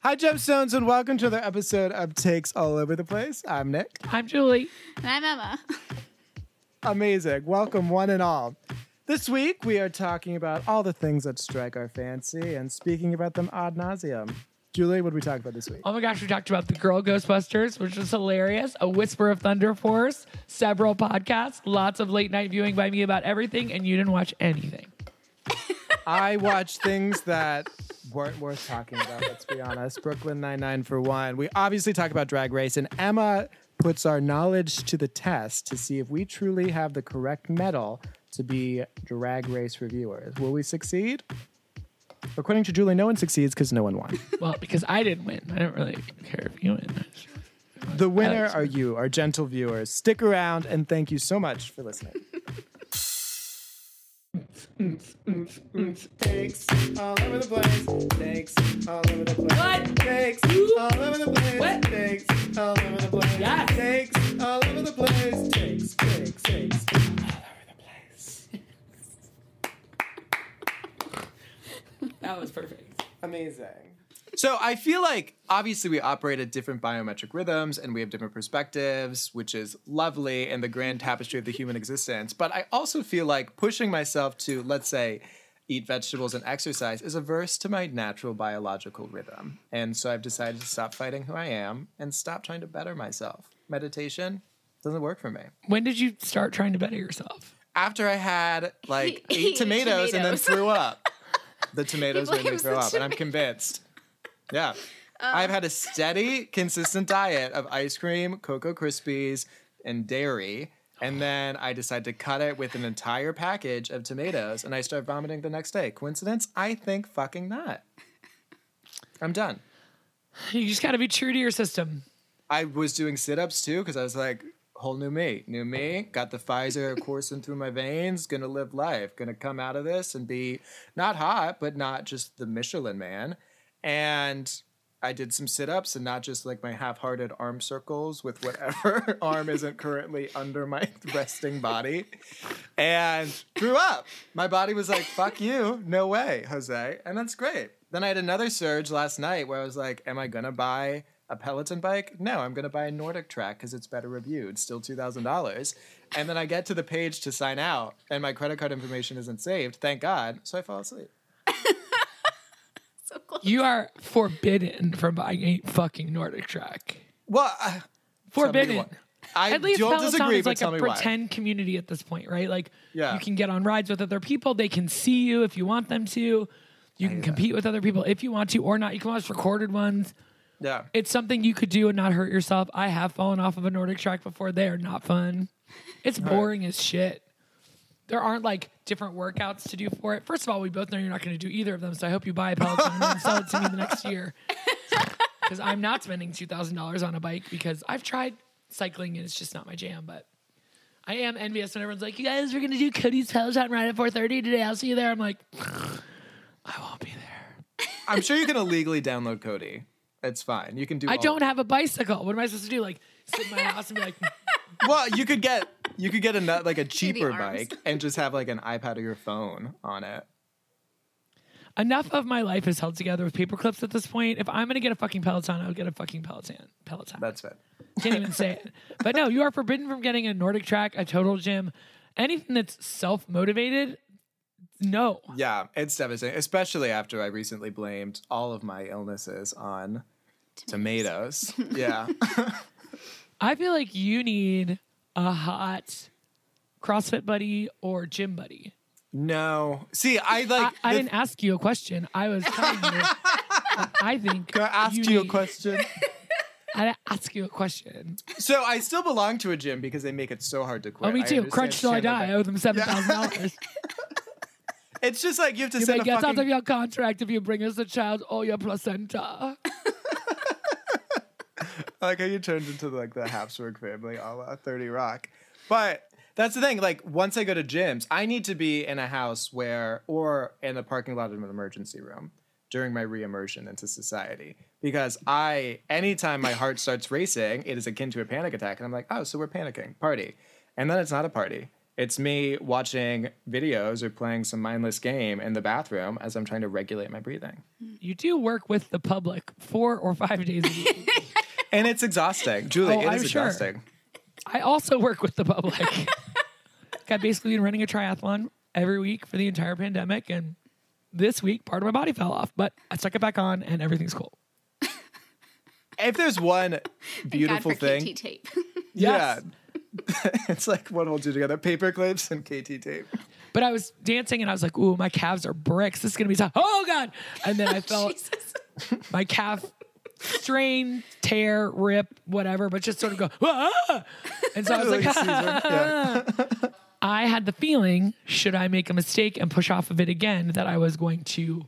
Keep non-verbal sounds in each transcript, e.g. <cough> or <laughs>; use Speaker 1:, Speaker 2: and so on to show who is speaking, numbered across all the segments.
Speaker 1: Hi, gemstones, and welcome to the episode of Takes All Over the Place. I'm Nick.
Speaker 2: I'm Julie.
Speaker 3: And I'm Emma.
Speaker 1: Amazing. Welcome, one and all. This week, we are talking about all the things that strike our fancy and speaking about them ad nauseum. Julie, what did we talk about this week?
Speaker 2: Oh my gosh, we talked about the Girl Ghostbusters, which was hilarious. A Whisper of Thunder Force, several podcasts, lots of late night viewing by me about everything, and you didn't watch anything.
Speaker 1: I watched things that weren't worth talking about, let's be honest. Brooklyn Nine-Nine for one. We obviously talk about Drag Race, and Emma puts our knowledge to the test to see if we truly have the correct medal to be Drag Race reviewers. Will we succeed? According to Julie, no one succeeds because no one won.
Speaker 2: Well, because I didn't win. I don't really care if you win.
Speaker 1: The winner
Speaker 2: Alex.
Speaker 1: are you, our gentle viewers. Stick around and thank you so much for listening. Thanks all over the place. Thanks all over the place.
Speaker 2: What?
Speaker 1: Thanks
Speaker 2: Who?
Speaker 1: all over the place.
Speaker 2: What?
Speaker 1: Thanks all over the place.
Speaker 2: Yes.
Speaker 1: Thanks all over the place. Thanks, thanks, thanks.
Speaker 2: That was perfect.
Speaker 1: Amazing. So I feel like obviously we operate at different biometric rhythms and we have different perspectives, which is lovely in the grand tapestry of the human existence. But I also feel like pushing myself to, let's say, eat vegetables and exercise is averse to my natural biological rhythm. And so I've decided to stop fighting who I am and stop trying to better myself. Meditation doesn't work for me.
Speaker 2: When did you start trying to better yourself?
Speaker 1: After I had like
Speaker 3: <laughs> He
Speaker 1: eight
Speaker 3: hated
Speaker 1: tomatoes, and then
Speaker 3: tomatoes.
Speaker 1: threw up.
Speaker 3: <laughs>
Speaker 1: The tomatoes made me
Speaker 3: blames
Speaker 1: throw
Speaker 3: the Uh-huh.
Speaker 1: up, and I'm convinced. Yeah. I've had a steady, consistent diet of ice cream, Cocoa Krispies, and dairy.
Speaker 3: Oh.
Speaker 1: And then I decide to cut it with an entire package of tomatoes, and I start vomiting the next day. Coincidence? I think fucking not. I'm done.
Speaker 2: You just got to be true to your system.
Speaker 1: I was doing sit ups too because I was like, whole new me, new me. Got the Pfizer coursing through my veins. Gonna live life. Gonna come out of this and be not hot, but not just the Michelin man. And I did some sit ups and not just like my half hearted arm circles with whatever <laughs> arm isn't currently under my <laughs> resting body. And threw up. My body was like, fuck you. No way, Jose. And that's great. Then I had another surge last night where I was like, am I gonna buy a Peloton bike? No, I'm going to buy a Nordic track because it's better reviewed. Still $2,000. And then I get to the page to sign out, and my credit card information isn't saved. Thank God. So I fall asleep.
Speaker 3: <laughs> So close.
Speaker 2: You are forbidden from buying a fucking Nordic track.
Speaker 1: Well, I, tell me
Speaker 2: Forbidden.
Speaker 1: why. I
Speaker 2: At least
Speaker 1: don't
Speaker 2: Peloton
Speaker 1: disagree,
Speaker 2: is
Speaker 1: but
Speaker 2: like
Speaker 1: tell
Speaker 2: a
Speaker 1: me why.
Speaker 2: pretend community at this point, right? Like
Speaker 1: Yeah.
Speaker 2: you can get on rides with other people. They can see you if you want them to. You can compete with other people if you want to or not. You can watch recorded ones.
Speaker 1: Yeah.
Speaker 2: It's something you could do and not hurt yourself. I have fallen off of a Nordic track before. They are not fun. It's boring as shit. There aren't like different workouts to do for it. First of all, we both know you're not going to do either of them, so I hope you buy a Peloton and then sell it to me the next year. Because I'm not spending two thousand dollars on a bike because I've tried cycling and it's just not my jam. But I am envious when everyone's like, "You guys, we're going to do Cody's Peloton ride at 4:30 today. I'll see you there." I'm like, I won't be there.
Speaker 1: I'm sure you can illegally download Cody. It's fine. You can do
Speaker 2: I
Speaker 1: all-
Speaker 2: don't have a bicycle. What am I supposed to do? Like sit in my house and be like.
Speaker 1: Well, you could get you could get a nut- like a cheaper
Speaker 3: arms.
Speaker 1: bike and just have like an iPad or your phone on it.
Speaker 2: enough of my life is held together with paper clips at this point. If I'm gonna get a fucking Peloton, I'll get a fucking Peloton. Peloton.
Speaker 1: That's it.
Speaker 2: Can't even say it. But no, you are forbidden from getting a Nordic track, a total gym, anything that's self motivated. No.
Speaker 1: Yeah, it's devastating, especially after I recently blamed all of my illnesses on tomatoes.
Speaker 2: <laughs>
Speaker 1: yeah.
Speaker 2: I feel like you need a hot CrossFit buddy or gym buddy.
Speaker 1: No. See, I like.
Speaker 2: I
Speaker 1: the-
Speaker 2: didn't ask you a question. I was telling
Speaker 1: <laughs>
Speaker 2: you. I think
Speaker 1: Can I ask you a
Speaker 2: need- <laughs>
Speaker 1: question?
Speaker 2: I didn't ask you a question.
Speaker 1: so I still belong to a gym because they make it so hard to quit.
Speaker 2: Oh, me
Speaker 1: I
Speaker 2: too.
Speaker 1: understand
Speaker 2: Crunch till I
Speaker 1: shit like
Speaker 2: die. I
Speaker 1: that.
Speaker 2: owe them seven
Speaker 1: <laughs>
Speaker 2: thousand dollars.
Speaker 1: It's just like you have to
Speaker 2: You may
Speaker 1: send a
Speaker 2: get out of
Speaker 1: fucking.
Speaker 2: your contract if you bring us a child or your placenta.
Speaker 1: I like how you turned into like the Habsburg family, a la Thirty Rock. But that's the thing. Like once I go to gyms, I need to be in a house where, or in the parking lot of an emergency room during my re-immersion into society. Because I, anytime my heart starts racing, it is akin to a panic attack, and I'm like, oh, so we're panicking, party, and then it's not a party. It's me watching videos or playing some mindless game in the bathroom as I'm trying to regulate my breathing.
Speaker 2: <laughs> You do work with the public four or five days a <laughs> week.
Speaker 1: And it's exhausting. Julie,
Speaker 2: Oh,
Speaker 1: it is
Speaker 2: I'm sure.
Speaker 1: exhausting.
Speaker 2: I also work with the public. <laughs> I've basically been running a triathlon every week for the entire pandemic, and this week part of my body fell off, but I stuck it back on, and everything's cool.
Speaker 1: If there's one beautiful
Speaker 3: God for
Speaker 1: thing,
Speaker 3: KT tape. <laughs>
Speaker 2: Yes.
Speaker 1: yeah, <laughs> it's like what we'll do together: paper clips and KT tape.
Speaker 2: But I was dancing, and I was like, "Ooh, my calves are bricks. This is gonna be tough." Oh God! And then <laughs> I felt
Speaker 3: Jesus. <laughs>
Speaker 2: my calf strain, tear, rip, whatever, but just sort of go, "Ah!" and so I
Speaker 1: <laughs>
Speaker 2: was like, "Ah,
Speaker 1: Like,
Speaker 2: <laughs>
Speaker 1: Caesar, yeah.
Speaker 2: I had the feeling, should I make a mistake and push off of it again, that I was going to.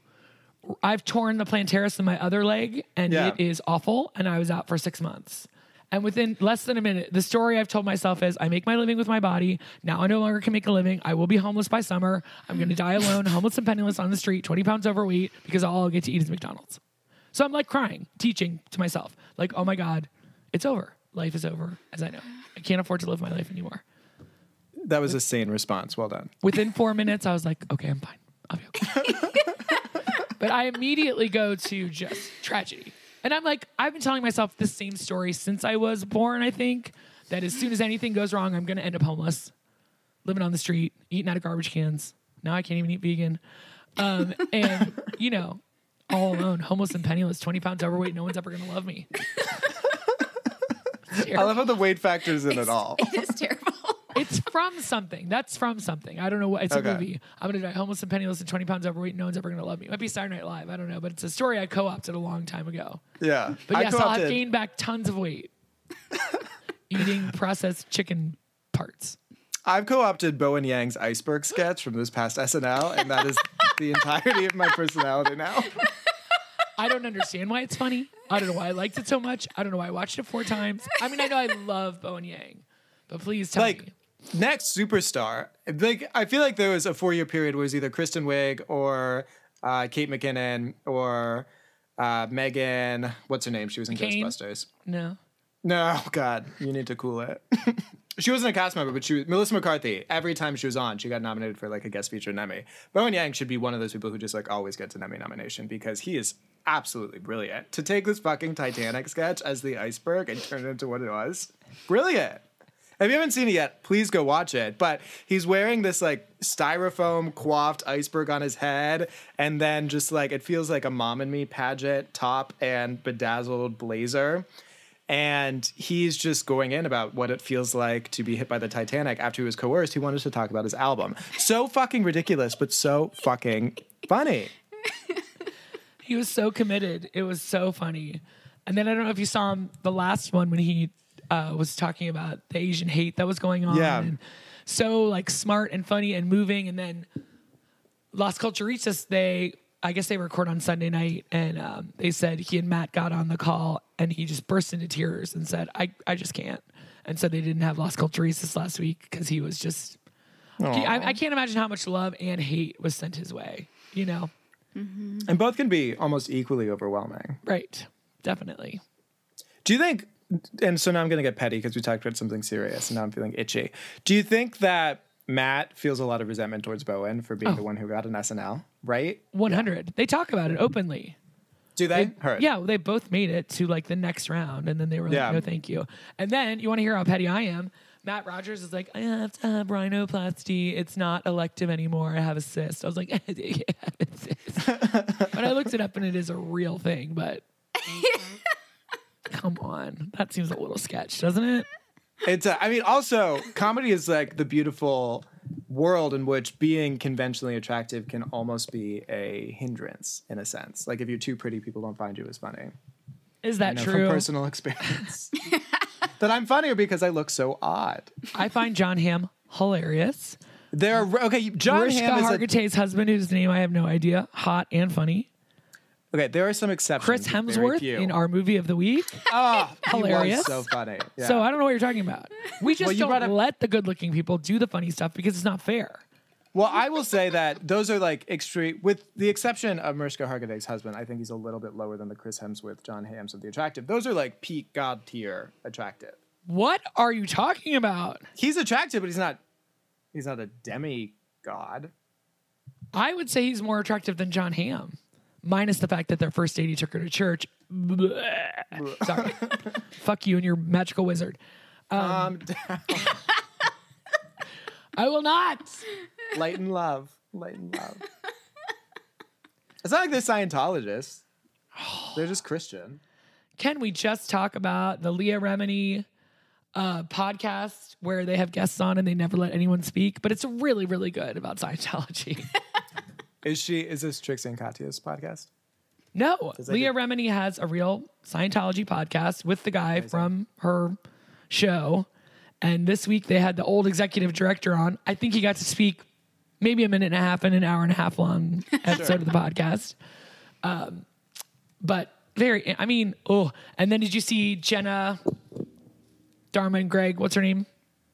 Speaker 2: I've torn the plantaris in my other leg and
Speaker 1: Yeah.
Speaker 2: it is awful. And I was out for six months. And within less than a minute, the story I've told myself is I make my living with my body. Now I no longer can make a living. I will be homeless by summer. I'm going to die alone, homeless and penniless on the street, 20 pounds overweight, because all I'll get to eat is McDonald's. So I'm like crying, teaching to myself, like, oh my God, it's over. Life is over, as I know. I can't afford to live my life anymore
Speaker 1: That was a sane response. Well done.
Speaker 2: within four minutes, I was like, okay, I'm fine. I'll be okay. <laughs> but I immediately go to just tragedy. And I'm like, I've been telling myself this same story since I was born, I think, that as soon as anything goes wrong, I'm going to end up homeless, living on the street, eating out of garbage cans. Now I can't even eat vegan. Um, and, you know, all alone, homeless and penniless, 20 pounds overweight. No one's ever going to love me. It's
Speaker 1: I love how the weight factors in it
Speaker 3: <laughs>
Speaker 1: all.
Speaker 3: It is
Speaker 1: <laughs>
Speaker 3: terrible.
Speaker 2: It's from something. That's from something. I don't know what. It's
Speaker 1: Okay.
Speaker 2: a movie. I'm gonna die homeless and penniless and 20 pounds overweight. No one's ever gonna love me. It might be Saturday Night Live. I don't know, but it's a story I co-opted a long time ago.
Speaker 1: Yeah,
Speaker 2: But yes, I'll have
Speaker 1: co-opted-
Speaker 2: gained back tons of weight
Speaker 1: <laughs>
Speaker 2: eating processed chicken parts.
Speaker 1: I've co-opted Bowen Yang's iceberg sketch from this past SNL, and that is the
Speaker 3: <laughs>
Speaker 1: entirety of my personality now.
Speaker 2: I don't understand why it's funny. I don't know why I liked it so much. I don't know why I watched it four times. I mean, I know I love Bo and Yang, but please tell
Speaker 1: Like
Speaker 2: me.
Speaker 1: next superstar, like I feel like there was a four-year period where it was either Kristen Wiig or uh, Kate McKinnon or uh, Megan. What's her name? She was in
Speaker 2: McCain?
Speaker 1: Ghostbusters.
Speaker 2: No.
Speaker 1: No, oh, God, you need to cool it. she wasn't a cast member, but she was Melissa McCarthy. Every time she was on, she got nominated for like a guest feature in Emmy. Bowen Yang should be one of those people who just like always gets an Emmy nomination because he is absolutely brilliant. To take this fucking Titanic sketch as the iceberg and turn it into what it was, brilliant. If you haven't seen it yet, please go watch it. But he's wearing this like styrofoam coiffed iceberg on his head, and then just like it feels like a mom and me pageant top and bedazzled blazer. And he's just going in about what it feels like to be hit by the Titanic after he was coerced. He wanted to talk about his album. So fucking ridiculous, but so fucking funny.
Speaker 2: He was so committed. It was so funny. And then I don't know if you saw him the last one when he uh, was talking about the Asian hate that was going on.
Speaker 1: Yeah.
Speaker 2: And so like smart and funny and moving. And then Las Culturistas, they I guess they record on Sunday night, and um, they said he and Matt got on the call, and he just burst into tears and said, "I I just can't." And so they didn't have Las Culturistas last week because he was just. He, I, I can't imagine how much love and hate was sent his way. You know,
Speaker 1: And both can be almost equally overwhelming.
Speaker 2: right? Definitely.
Speaker 1: Do you think, and so now I'm going to get petty because we talked about something serious and now I'm feeling itchy. Do you think that Matt feels a lot of resentment towards Bowen for being the one who got an SNL, right?
Speaker 2: 100. They talk about it openly.
Speaker 1: Do they? Heard.
Speaker 2: Yeah, they both made it to like the next round, and then they were like,
Speaker 1: Yeah.
Speaker 2: "No, thank you." And then you want to hear how petty I am? Matt Rogers is like, "I have to have rhinoplasty. It's not elective anymore. I have a cyst." I was like, <laughs> yeah, I have a cyst." but I looked it up, and it is a real thing. But come on, that seems a little sketch, doesn't it?
Speaker 1: It's. A, I mean, also comedy is like the beautiful world in which being conventionally attractive can almost be a hindrance in a sense. Like if you're too pretty, people don't find you as funny.
Speaker 2: Is
Speaker 1: You
Speaker 2: that
Speaker 1: know,
Speaker 2: true?
Speaker 1: from personal <laughs> experience. that I'm funnier because I look so odd.
Speaker 2: I find John Hamm hilarious.
Speaker 1: There are okay. John
Speaker 2: Mariska
Speaker 1: Hamm is a,
Speaker 2: Hargitay's husband, whose name I have no idea, hot and funny.
Speaker 1: okay. There are some exceptions.
Speaker 2: Chris
Speaker 1: but very
Speaker 2: Hemsworth
Speaker 1: few.
Speaker 2: in our movie of
Speaker 1: <laughs>
Speaker 2: the week.
Speaker 1: Ah, He
Speaker 2: Hilarious.
Speaker 1: was so funny. Yeah.
Speaker 2: So I don't know what you're talking about. We just
Speaker 1: you brought
Speaker 2: don't
Speaker 1: up-
Speaker 2: let the good-looking people do the funny stuff because it's not fair.
Speaker 1: Well, I will say that those are like extreme, with the exception of Mariska Hargitay's husband. I think he's a little bit lower than the Chris Hemsworth, John Hams of the attractive. Those are like peak god tier attractive.
Speaker 2: What are you talking about?
Speaker 1: He's attractive, but he's not He's not a demigod.
Speaker 2: I would say he's more attractive than John Hamm, minus the fact that their first date he took her to church. Bleh.
Speaker 1: <laughs>
Speaker 2: Sorry. Fuck you and your magical wizard.
Speaker 1: Um, <laughs>
Speaker 2: I will not.
Speaker 1: light and love, light and love. It's not like they're Scientologists. They're just Christian.
Speaker 2: Can we just talk about the Leah Remini uh, podcast where they have guests on and they never let anyone speak? But it's really, really good about Scientology.
Speaker 1: Is she? Is this Trix and Katya's podcast?
Speaker 2: No,
Speaker 1: that
Speaker 2: Leah Remini has a real Scientology podcast with the guy from her show. And this week they had the old executive director on. I think he got to speak maybe a minute and a half and an hour and a half long episode of the podcast. Um, but very, I mean, oh, and then did you see Jenna, Dharma, and Greg? What's her name?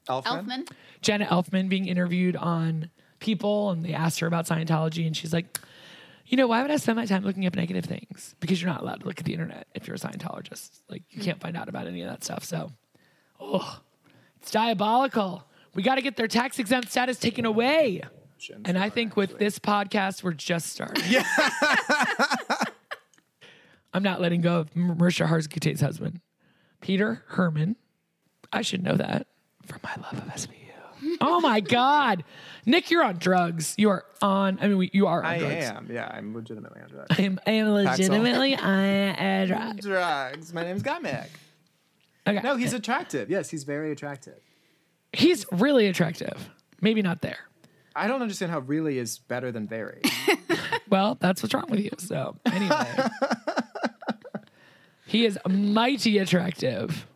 Speaker 1: Elfman.
Speaker 3: Elfman.
Speaker 2: Jenna Elfman being interviewed on People, and they asked her about Scientology, and she's like, "You know, why would I spend my time looking up negative things? Because you're not allowed to look at the internet if you're a Scientologist. Like, you can't find out about any of that stuff. So, oh, it's diabolical. We got to get their tax exempt status taken away.
Speaker 1: Jen's
Speaker 2: And I think with this podcast, we're just starting. Yeah. <laughs> I'm not letting go of Marisha Hargitay's husband, Peter Herman. I should know that from my love of SVU. oh my God, Nick, you're on drugs. You are on. I mean, we- you are on
Speaker 1: I
Speaker 2: drugs.
Speaker 1: am. Yeah, I'm legitimately on drugs.
Speaker 2: I'm, I am legitimately on a drug.
Speaker 1: drugs. My name's Gomek.
Speaker 2: Okay.
Speaker 1: No, he's attractive. Yes, he's very attractive.
Speaker 2: he's really attractive. Maybe not there.
Speaker 1: I don't understand how really is better than
Speaker 2: <laughs>
Speaker 1: very.
Speaker 2: Well, that's what's wrong with you. So anyway,
Speaker 1: <laughs>
Speaker 2: he is mighty attractive.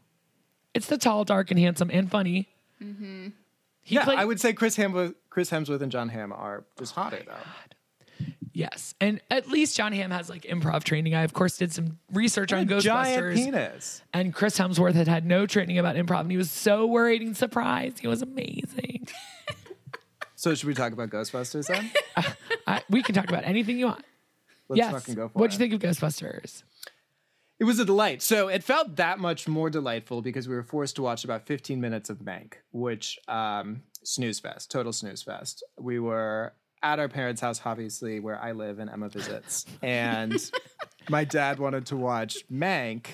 Speaker 2: It's the tall, dark, and handsome and funny. He
Speaker 1: Mm-hmm. yeah,
Speaker 2: played-
Speaker 1: I would say Chris Hemsworth, Chris Hemsworth and John Hamm are just hotter though.
Speaker 2: Yes, and at least John Hamm has like improv training. I of course did some research on
Speaker 1: Giant
Speaker 2: Ghostbusters,
Speaker 1: penis.
Speaker 2: and Chris Hemsworth had had no training about improv, and he was so worried and surprised. He was amazing.
Speaker 1: So should we talk about Ghostbusters then?
Speaker 2: <laughs> I, we can talk about anything you want.
Speaker 1: Let's
Speaker 2: yes,
Speaker 1: fucking go for
Speaker 2: what'd
Speaker 1: it.
Speaker 2: you think of Ghostbusters?
Speaker 1: It was a delight. So it felt that much more delightful because we were forced to watch about 15 minutes of Mank, which um, snooze fest, total snooze fest. We were at our parents' house, obviously, where I live and Emma visits, and my dad wanted to watch Mank,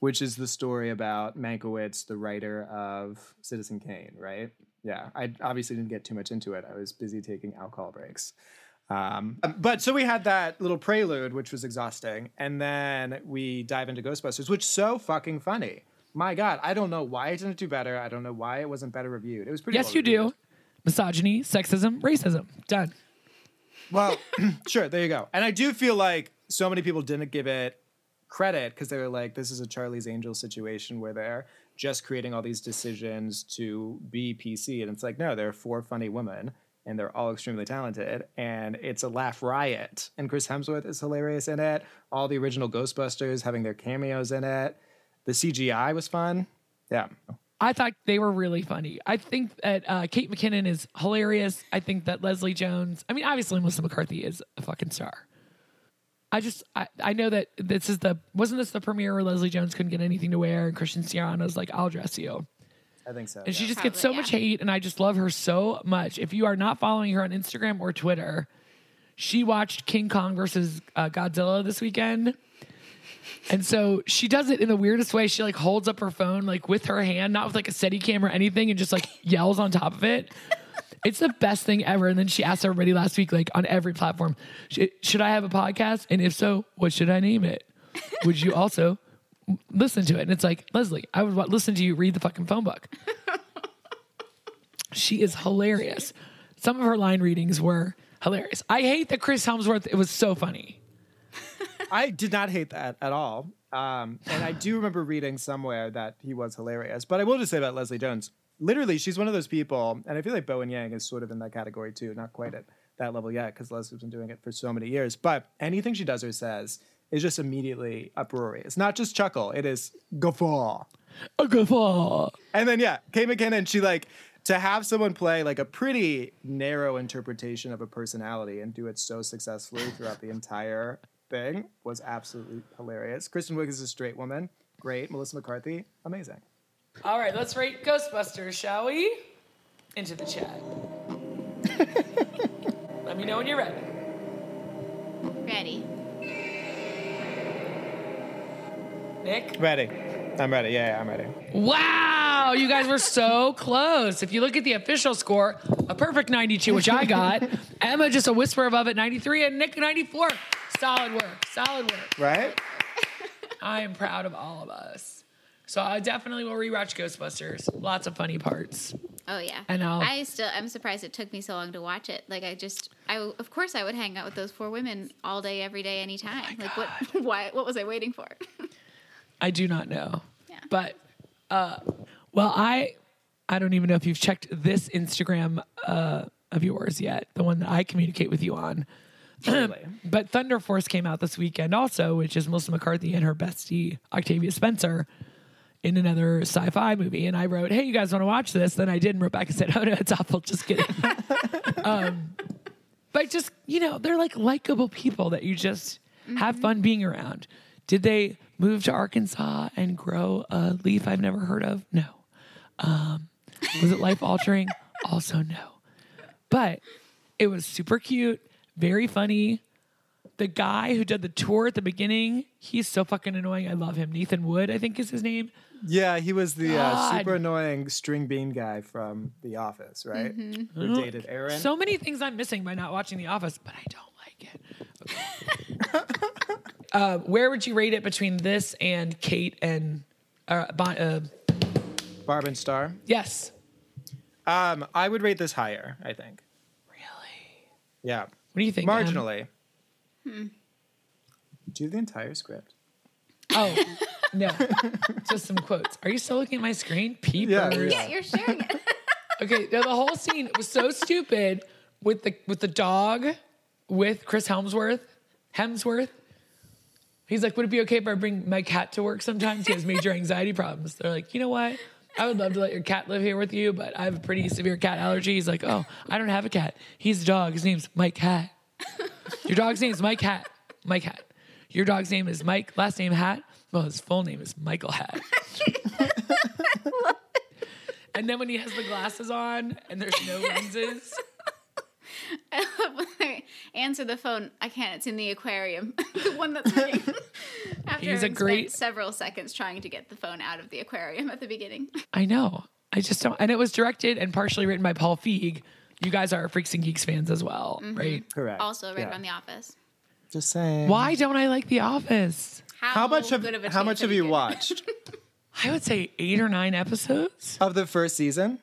Speaker 1: which is the story about Mankiewicz, the writer of Citizen Kane, right? Yeah, I obviously didn't get too much into it. I was busy taking alcohol breaks. Um, but so we had that little prelude, which was exhausting, and then we dive into Ghostbusters, which is so fucking funny. My God, I don't know why it didn't do better. I don't know why it wasn't better reviewed. It was pretty.
Speaker 2: Yes,
Speaker 1: well
Speaker 2: you
Speaker 1: reviewed.
Speaker 2: do. Misogyny, sexism, racism. Done.
Speaker 1: Well, <clears throat> sure, there you go. And I do feel like so many people didn't give it credit because they were like, this is a Charlie's Angels situation where they're just creating all these decisions to be PC. And it's like, no, there are four funny women and they're all extremely talented and it's a laugh riot. And Chris Hemsworth is hilarious in it. All the original Ghostbusters having their cameos in it. The CGI was fun. Yeah.
Speaker 2: I thought they were really funny. I think that uh, Kate McKinnon is hilarious. I think that Leslie Jones, I mean, obviously Melissa McCarthy is a fucking star. I just, I, I know that this is the, wasn't this the premiere where Leslie Jones couldn't get anything to wear and Christian Ciarana's like, I'll dress you.
Speaker 1: I think so.
Speaker 2: And she
Speaker 1: yeah.
Speaker 2: just gets so
Speaker 3: Probably,
Speaker 2: much hate and I just love her so much. If you are not following her on Instagram or Twitter, she watched King Kong versus uh, Godzilla this weekend. And so she does it in the weirdest way. She like holds up her phone like with her hand, not with like a steady cam or anything, and just like <laughs> yells on top of it. It's the best thing ever. And then she asked everybody last week, like on every platform, "Sh- should I have a podcast? And if so, what should I name it? Would you also listen to it? And it's like, Leslie, I would wa- listen to you read the fucking phone book. She is hilarious. Some of her line readings were hilarious. I hate that Chris Helmsworth, it was so funny.
Speaker 1: I did not hate that at all. Um, and I do remember reading somewhere that he was hilarious. But I will just say about Leslie Jones. Literally, she's one of those people, and I feel like Bowen Yang is sort of in that category too. Not quite at that level yet, because Leslie's been doing it for so many years. But anything she does or says is just immediately uproarious. Not just chuckle; it is guffaw.
Speaker 2: A guffaw.
Speaker 1: And then yeah, Kate McKinnon, she like to have someone play like a pretty narrow interpretation of a personality and do it so successfully throughout the entire thing was absolutely hilarious. Kristen Wiig is a straight woman, great. Melissa McCarthy, amazing.
Speaker 2: <laughs> All right, let's rate Ghostbusters, shall we? Into the chat. Let me know when you're ready.
Speaker 3: Ready.
Speaker 2: Nick?
Speaker 1: Ready. I'm ready. Yeah, yeah, I'm ready.
Speaker 2: Wow, you guys were so close. If you look at the official score, a perfect 92, which I got. Emma just a whisper above at 93, and Nick 94. Solid work, solid work.
Speaker 1: Right?
Speaker 2: I am proud of all of us. So I definitely will rewatch Ghostbusters. Lots of funny parts.
Speaker 3: Oh yeah.
Speaker 2: I know.
Speaker 3: I still I'm surprised it took me so long to watch it. Like I just I of course I would hang out with those four women all day every day
Speaker 1: Oh
Speaker 3: anytime. like what <laughs> why what was I waiting for? <laughs>
Speaker 2: I do not know.
Speaker 3: Yeah.
Speaker 2: But uh well I I don't even know if you've checked this Instagram uh of yours yet, the one that I communicate with you on. <clears throat> but Thunder Force came out this weekend also, which is Melissa McCarthy and her bestie Octavia Spencer in another sci-fi movie. And I wrote, Hey, you guys want to watch this? Then I did, and Rebecca said, Oh no, it's awful, just kidding. um but just, you know, they're like likable people that you just have fun being around. Did they move to Arkansas and grow a leaf I've never heard of? No. Um, was it life altering? <laughs> also no. But it was super cute, very funny. The guy who did the tour at the beginning, he's so fucking annoying. I love him. Nathan Wood, I think is his name.
Speaker 1: Yeah, he was the uh,
Speaker 2: God.
Speaker 1: super annoying string bean guy from The Office, right? Who dated Aaron.
Speaker 2: Mm-hmm. So many things I'm missing by not watching The Office, but I don't like it. Okay. <laughs> uh, where would you rate it between this and Kate and uh, bon- uh,
Speaker 1: Barb and Star.
Speaker 2: yes?
Speaker 1: Um, I would rate this higher, I think.
Speaker 2: Really?
Speaker 1: Yeah.
Speaker 2: What do you think? Em?
Speaker 1: Marginally. Hmm. Do the entire script.
Speaker 2: Oh no, just some quotes. Are you still looking at my screen? Peepers.
Speaker 1: Yeah, yeah.
Speaker 3: yeah, you're sharing it. <laughs>
Speaker 2: Okay, now the whole scene was so stupid with the with the dog with Chris Helmsworth. Hemsworth. He's like, would it be okay if I bring my cat to work sometimes? He has major anxiety problems. They're like, you know what? I would love to let your cat live here with you, but I have a pretty severe cat allergy. He's like, oh, I don't have a cat. He's a dog. His name's Mike Hat. Your dog's name is Mike Hat. Mike Hat. Your dog's name is Mike. Last name Hat. Well, his full name is Michael Hat. and then when he has the glasses on and there's no lenses.
Speaker 3: I love when I answer the phone. I can't. It's in the aquarium. <laughs> the
Speaker 1: <laughs>
Speaker 3: one that's ringing.
Speaker 2: He's
Speaker 3: After
Speaker 2: a
Speaker 3: having spent
Speaker 2: great-
Speaker 3: several seconds trying to get the phone out of the aquarium at the beginning.
Speaker 2: I know. I just don't. And it was directed and partially written by Paul Feig. You guys are Freaks and Geeks fans as well, right?
Speaker 1: Correct.
Speaker 3: Also, right
Speaker 1: yeah.
Speaker 3: around the office.
Speaker 1: Just saying.
Speaker 2: Why don't I like The Office?
Speaker 1: How much have
Speaker 3: good of a
Speaker 1: How
Speaker 3: chance
Speaker 1: much
Speaker 3: that
Speaker 1: have
Speaker 3: he
Speaker 1: you
Speaker 3: could-
Speaker 1: watched
Speaker 3: <laughs>
Speaker 2: I would say eight or nine episodes.
Speaker 1: of the first season?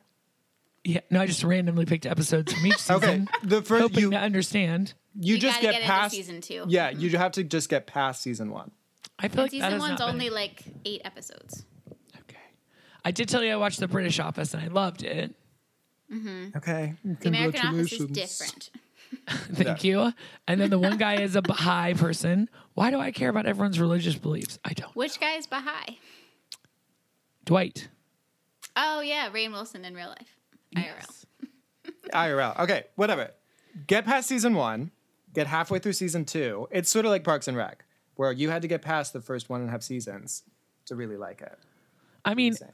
Speaker 2: Yeah. No, I just randomly picked episodes from each season,
Speaker 1: Okay, the first
Speaker 2: hoping
Speaker 1: you
Speaker 2: to understand.
Speaker 1: you,
Speaker 3: You
Speaker 1: just
Speaker 3: gotta
Speaker 1: get,
Speaker 3: get into
Speaker 1: past
Speaker 3: season two. Mm-hmm.
Speaker 1: Yeah, you have to just get past season one.
Speaker 2: I feel like that
Speaker 3: Season
Speaker 2: has
Speaker 3: one's
Speaker 2: not been-
Speaker 3: only like eight episodes.
Speaker 2: Okay. I did tell you I watched The British Office and I loved it.
Speaker 1: Okay,
Speaker 3: Mm-hmm. The American office is different.
Speaker 2: Thank you. And then the one guy is a Baha'i person. Why do I care about everyone's religious beliefs? I don't.
Speaker 3: Which guy is Baha'i?
Speaker 2: Dwight.
Speaker 3: Oh yeah, Rain Wilson in real life. IRL.
Speaker 1: IRL. Okay, whatever. Get past season one. Get halfway through season two. It's sort of like Parks and Rec, where you had to get past the first one and a half seasons to really like it.
Speaker 2: I mean,
Speaker 1: Same.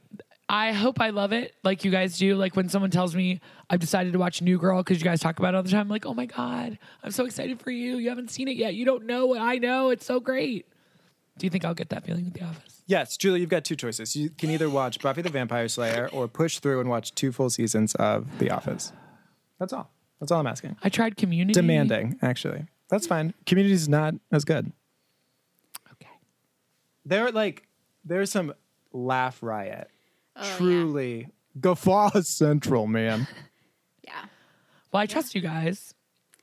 Speaker 2: I hope I love it like you guys do. Like when someone tells me I've decided to watch New Girl because you guys talk about it all the time, I'm like, oh my God, I'm so excited for you. You haven't seen it yet. You don't know what I know. It's so great. Do you think I'll get that feeling with The Office?
Speaker 1: Yes, Julie, you've got two choices. You can either watch Buffy the Vampire Slayer or push through and watch two full seasons of The Office. That's all. That's all I'm asking.
Speaker 2: I tried Community.
Speaker 1: Demanding, actually. That's fine. Community's not as good.
Speaker 2: Okay.
Speaker 1: There are like there's some laugh riot.
Speaker 2: Oh,
Speaker 3: yeah.
Speaker 1: Truly guffaw central, man.
Speaker 3: Yeah.
Speaker 2: Well, I trust you guys.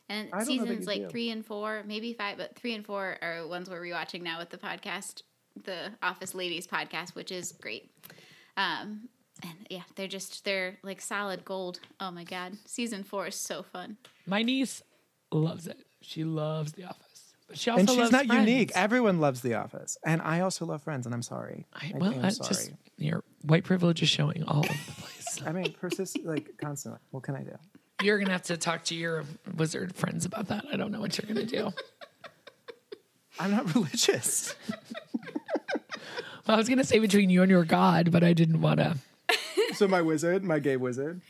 Speaker 3: And
Speaker 1: I don't know that you
Speaker 3: seasons like
Speaker 1: do.
Speaker 3: three and four, maybe five, but three and four are ones we're rewatching now with the podcast, the Office Ladies podcast, which is great. Um, and yeah, they're just they're like solid gold. Oh my god, season four is
Speaker 1: <laughs>
Speaker 3: so fun. <laughs>
Speaker 2: My niece loves it. She loves The Office. But she <laughs> also
Speaker 1: and she's
Speaker 2: loves
Speaker 1: not
Speaker 2: Friends.
Speaker 1: unique. Everyone loves The Office, and I also love Friends, and I'm sorry.
Speaker 2: I,
Speaker 1: I
Speaker 2: well,
Speaker 1: am
Speaker 2: I
Speaker 1: sorry.
Speaker 2: just, your white privilege is showing all over the place. <laughs>
Speaker 1: I mean, persist like constantly. What can I do?
Speaker 2: You're gonna have to talk to your wizard friends about that. I don't know what you're gonna do.
Speaker 1: I'm not <laughs> religious.
Speaker 2: Well, I was gonna say between you and your god, but I didn't wanna.
Speaker 3: <gasps>
Speaker 1: so my wizard, my gay wizard.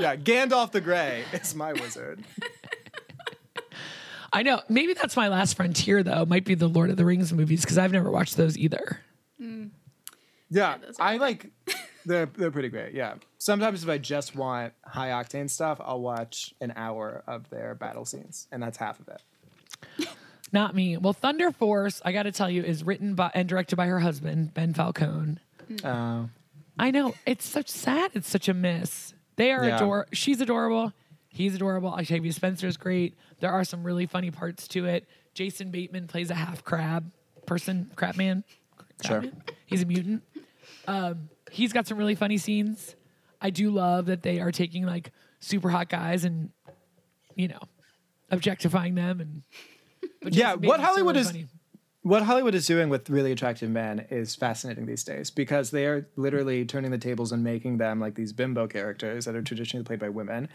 Speaker 1: yeah, Gandalf the Grey is my
Speaker 3: <laughs>
Speaker 1: wizard.
Speaker 2: I know. Maybe that's my last frontier, though. Might be the Lord of the Rings movies because I've never watched those either.
Speaker 1: Yeah,
Speaker 3: those are
Speaker 1: I like. They're they're pretty great. Yeah. Sometimes if I just want high octane stuff, I'll watch an hour of their battle scenes, and that's half of it.
Speaker 2: Not me. Well, Thunder Force, I got to tell you, is written by and directed by her husband, Ben Falcone.
Speaker 1: Oh.
Speaker 2: I know. It's such sad. It's such a miss. They are
Speaker 1: Yeah.
Speaker 2: adorable. She's adorable. He's adorable. Octavia Spencer is great. There are some really funny parts to it. Jason Bateman plays a half crab person, crab man.
Speaker 1: Sure.
Speaker 2: Crab man? He's a mutant. Um, he's got some really funny scenes. I do love that they are taking like super hot guys and, you know, objectifying them. And <laughs> but
Speaker 1: Yeah,
Speaker 2: Jason
Speaker 1: what
Speaker 2: Bateman's still
Speaker 1: Hollywood
Speaker 2: really
Speaker 1: is- what Hollywood is doing with really attractive men is fascinating these days because they are literally turning the tables and making them like these bimbo characters that are traditionally played by women.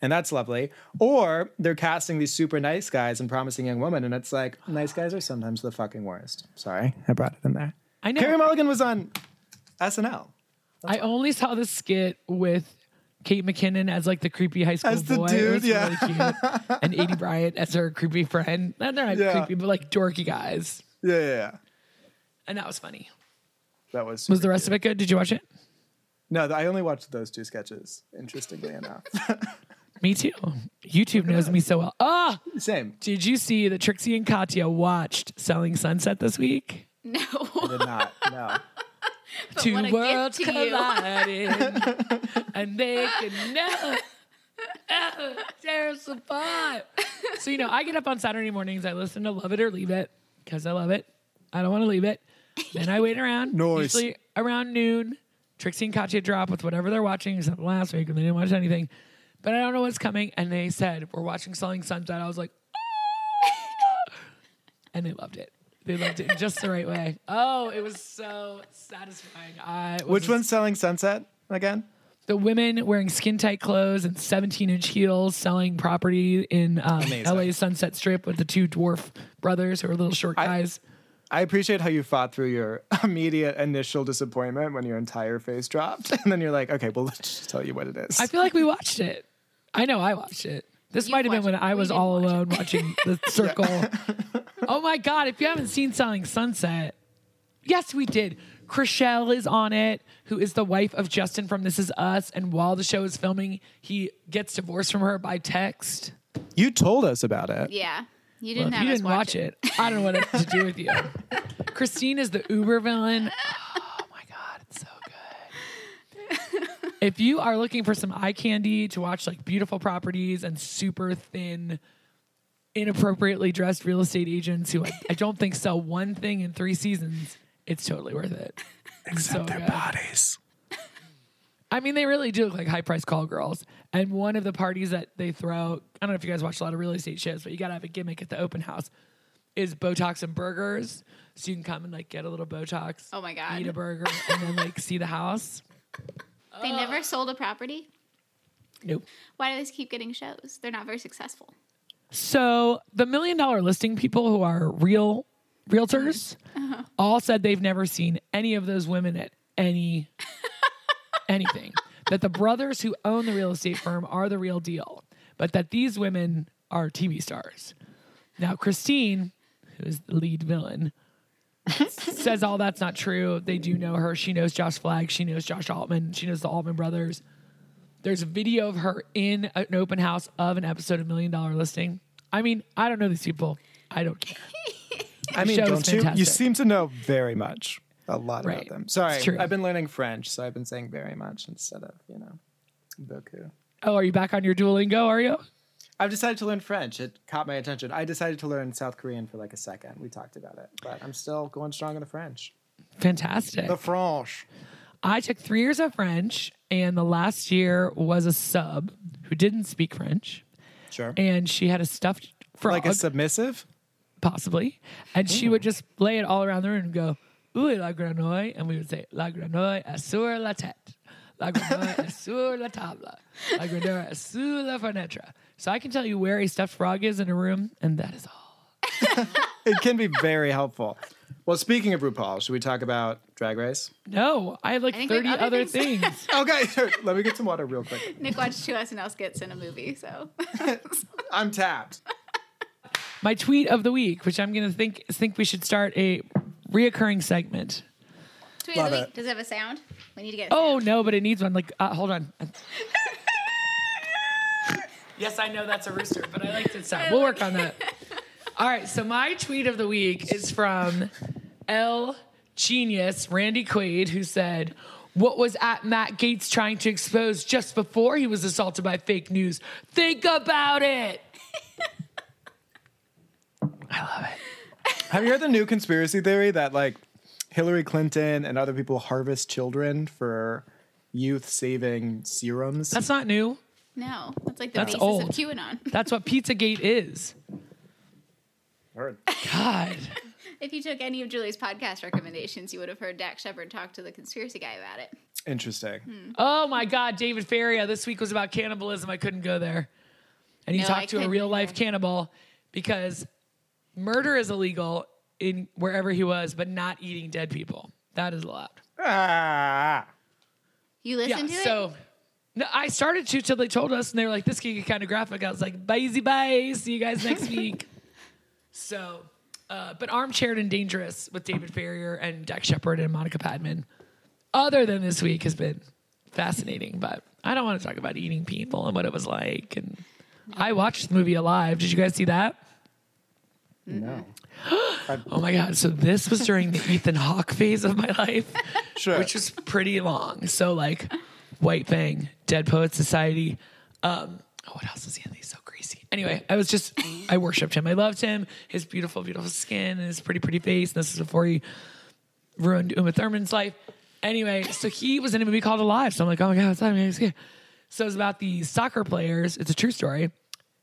Speaker 1: And that's lovely. Or they're casting these super nice guys and promising young women. And it's like, nice guys are sometimes the fucking worst. Sorry, I brought it in there.
Speaker 2: I know.
Speaker 1: Carrie Mulligan was on SNL
Speaker 2: I only saw the skit with Kate McKinnon as like the creepy high school
Speaker 1: As the
Speaker 2: boy. It
Speaker 1: dude,
Speaker 2: was
Speaker 1: yeah. <laughs>
Speaker 2: really cute. and Edie Bryant as her creepy friend. Not they're not
Speaker 1: Yeah.
Speaker 2: creepy, but like dorky guys.
Speaker 1: Yeah, yeah, yeah.
Speaker 2: And that was funny.
Speaker 1: That was.
Speaker 2: Was the rest of it good? Did you watch it?
Speaker 1: No, I only watched those two sketches, interestingly enough.
Speaker 2: Me too. YouTube knows me so well. Ah,
Speaker 1: Same.
Speaker 2: did you see that Trixie and Katya watched Selling Sunset this week?
Speaker 3: No.
Speaker 1: Did not. No.
Speaker 3: But
Speaker 2: Two
Speaker 3: what a gift
Speaker 2: worlds
Speaker 3: to you. <laughs>
Speaker 2: colliding, and they can never, ever tear us apart. So you know, I get up on Saturday mornings. I listen to Love It or Leave It because I love it. I don't want to leave it. Then I wait around.
Speaker 1: Nice.
Speaker 2: Usually around noon, Trixie and Katya drop with whatever they're watching. Except last week when they didn't watch anything, but I don't know what's coming. And they said we're watching Selling Sunset. I was like, "Ah." and they loved it. They loved it in just the right way. Oh, it was so satisfying. I was
Speaker 1: Which
Speaker 2: just-
Speaker 1: one's selling Sunset again?
Speaker 2: the women wearing skin tight clothes and 17 inch heels selling property in um,
Speaker 1: Amazing.
Speaker 2: LA Sunset Strip with the two dwarf brothers who are little short guys.
Speaker 1: I appreciate how you fought through your <laughs> immediate initial disappointment when your entire face dropped, <laughs> and then you're like, okay, well, let's just tell you what it is.
Speaker 2: I, feel like we watched it. I know I watched it. This
Speaker 3: You
Speaker 2: might have been
Speaker 3: watched
Speaker 2: when
Speaker 3: it.
Speaker 2: I
Speaker 3: We
Speaker 2: was
Speaker 3: didn't
Speaker 2: all
Speaker 3: watch it.
Speaker 2: alone
Speaker 3: <laughs>
Speaker 2: watching The Circle. oh my God, if you haven't seen Selling Sunset, yes, we did. Chriselle is on it, who is the wife of Justin from This Is Us. And while the show is filming, he gets divorced from her by text.
Speaker 1: you told us about it.
Speaker 3: Yeah. You didn't have
Speaker 2: you
Speaker 3: us
Speaker 2: didn't watch it. I don't know what it has to do
Speaker 3: <laughs>
Speaker 2: with you. Christine is the uber villain. Oh my god, it's so good. If you are looking for some eye candy to watch like beautiful properties and super thin, inappropriately dressed real estate agents who like, I don't think sell one thing in three seasons, it's totally worth it. Except their
Speaker 1: Bodies.
Speaker 2: I mean, they really do look like high price call girls. And one of the parties that they throw, I don't know if you guys watch a lot of real estate shows, but you got to have a gimmick at the open house, is Botox and burgers. So you can come and like get a little Botox.
Speaker 3: Oh my God.
Speaker 2: Eat a burger and then like see the house.
Speaker 3: They never sold a property.
Speaker 2: Nope.
Speaker 3: Why do they keep getting shows? They're not very successful.
Speaker 2: So the million dollar listing people who are real realtors all said they've never seen any of those women at any anything. That the brothers who own the real estate firm are the real deal, but that these women are TV stars. Now Christine, who is the lead villain, says all that's not true. They do know her. She knows Josh Flagg. She knows Josh Altman. She knows the Altman brothers. There's a video of her in an open house of an episode of Million Dollar Listing. I mean, I don't know these people. I don't care.
Speaker 1: I mean,
Speaker 2: show is
Speaker 1: don't you? You
Speaker 2: fantastic.
Speaker 1: seem to know very much, a lot
Speaker 2: Right.
Speaker 1: about them.
Speaker 2: It's
Speaker 1: Sorry,
Speaker 2: true.
Speaker 1: I've been learning French, so I've been saying very much instead of you know, beaucoup.
Speaker 2: Oh, are you back on your Duolingo? Are you?
Speaker 1: I've decided to learn French. It caught my attention. I decided to learn South Korean for like a second. We talked about it, but I'm still going strong in the French.
Speaker 2: Fantastic.
Speaker 1: The French.
Speaker 2: I took three years of French, and the last year was a sub who didn't speak French,
Speaker 1: Sure.
Speaker 2: and she had a stuffed frog,
Speaker 1: like a submissive.
Speaker 2: possibly, and she would just lay it all around the room and go, "Ooh, la grenouille," and we would say, "La grenouille est sur la tête." La grenouille est sur la table. La grenouille est sur la fenêtre. So I can tell you where a stuffed frog is in a room, and that is all.
Speaker 1: it can be very helpful. Well, speaking of RuPaul, should we talk about Drag Race?
Speaker 2: No, I have like
Speaker 3: I think we have
Speaker 2: 30
Speaker 3: other
Speaker 2: other
Speaker 3: things.
Speaker 2: things.
Speaker 1: Okay, <laughs> let me get some water real quick.
Speaker 3: Nick watched two SNL skits in a movie, so
Speaker 1: I'm tapped.
Speaker 2: My tweet of the week, which I'm going to think think we should start a reoccurring segment.
Speaker 3: tweet of
Speaker 1: Love
Speaker 3: the
Speaker 1: it.
Speaker 3: week. Does it have a sound? We need to get. a
Speaker 2: Oh no, but it needs one. Like, uh, hold on. yes, I know that's a rooster, but I like that sound. We'll work on that. All right. So my tweet of the week is from L Genius Randy Quaid, who said. What was at Matt Gates trying to expose just before he was assaulted by fake news? Think about it. I love it.
Speaker 1: Have you heard the new conspiracy theory that like Hillary Clinton and other people harvest children for youth saving serums?
Speaker 2: That's not new.
Speaker 3: sound. No, that's like the
Speaker 2: That's
Speaker 3: basis
Speaker 2: old.
Speaker 3: of QAnon. <laughs>
Speaker 2: That's what Pizzagate is.
Speaker 1: Heard.
Speaker 2: God.
Speaker 3: If you took any of Julie's podcast recommendations, you would have heard Dak Shepard talk to the conspiracy guy about it.
Speaker 1: Interesting.
Speaker 2: Oh my God, David Feria. This week was about cannibalism. I couldn't go there. And he
Speaker 3: No, I
Speaker 2: talked to a
Speaker 3: couldn't
Speaker 2: real life
Speaker 3: either.
Speaker 2: cannibal because murder is illegal in wherever he was, but not eating dead people. That is allowed.
Speaker 1: Ah.
Speaker 3: You listen
Speaker 2: yeah.
Speaker 3: to it.
Speaker 2: So no, I started to till they told us, and they were like, "This can get kind of graphic." I was like, "Bye, bye. See you guys next week." So, uh, but armchaired and dangerous with David Ferrier and Dak Shepard and Monica Padman. Other than this week has been fascinating, but I don't want to talk about eating people and what it was like. And I watched the movie Alive. Did you guys see that?
Speaker 1: No.
Speaker 2: <gasps> Oh my god! So this was during the Ethan Hawke phase of my life.
Speaker 1: Sure.
Speaker 2: which was pretty long. So like White Fang, Dead Poets Society. Um, oh, what else is he in? He's so greasy. Anyway, I was just I worshipped him. I loved him. His beautiful, beautiful skin and his pretty, pretty face. And this is before he ruined Uma Thurman's life. Anyway, so he was in a movie called Alive. So I'm like, oh my god, it's Alive. Yeah. So it's about the soccer players. It's a true story.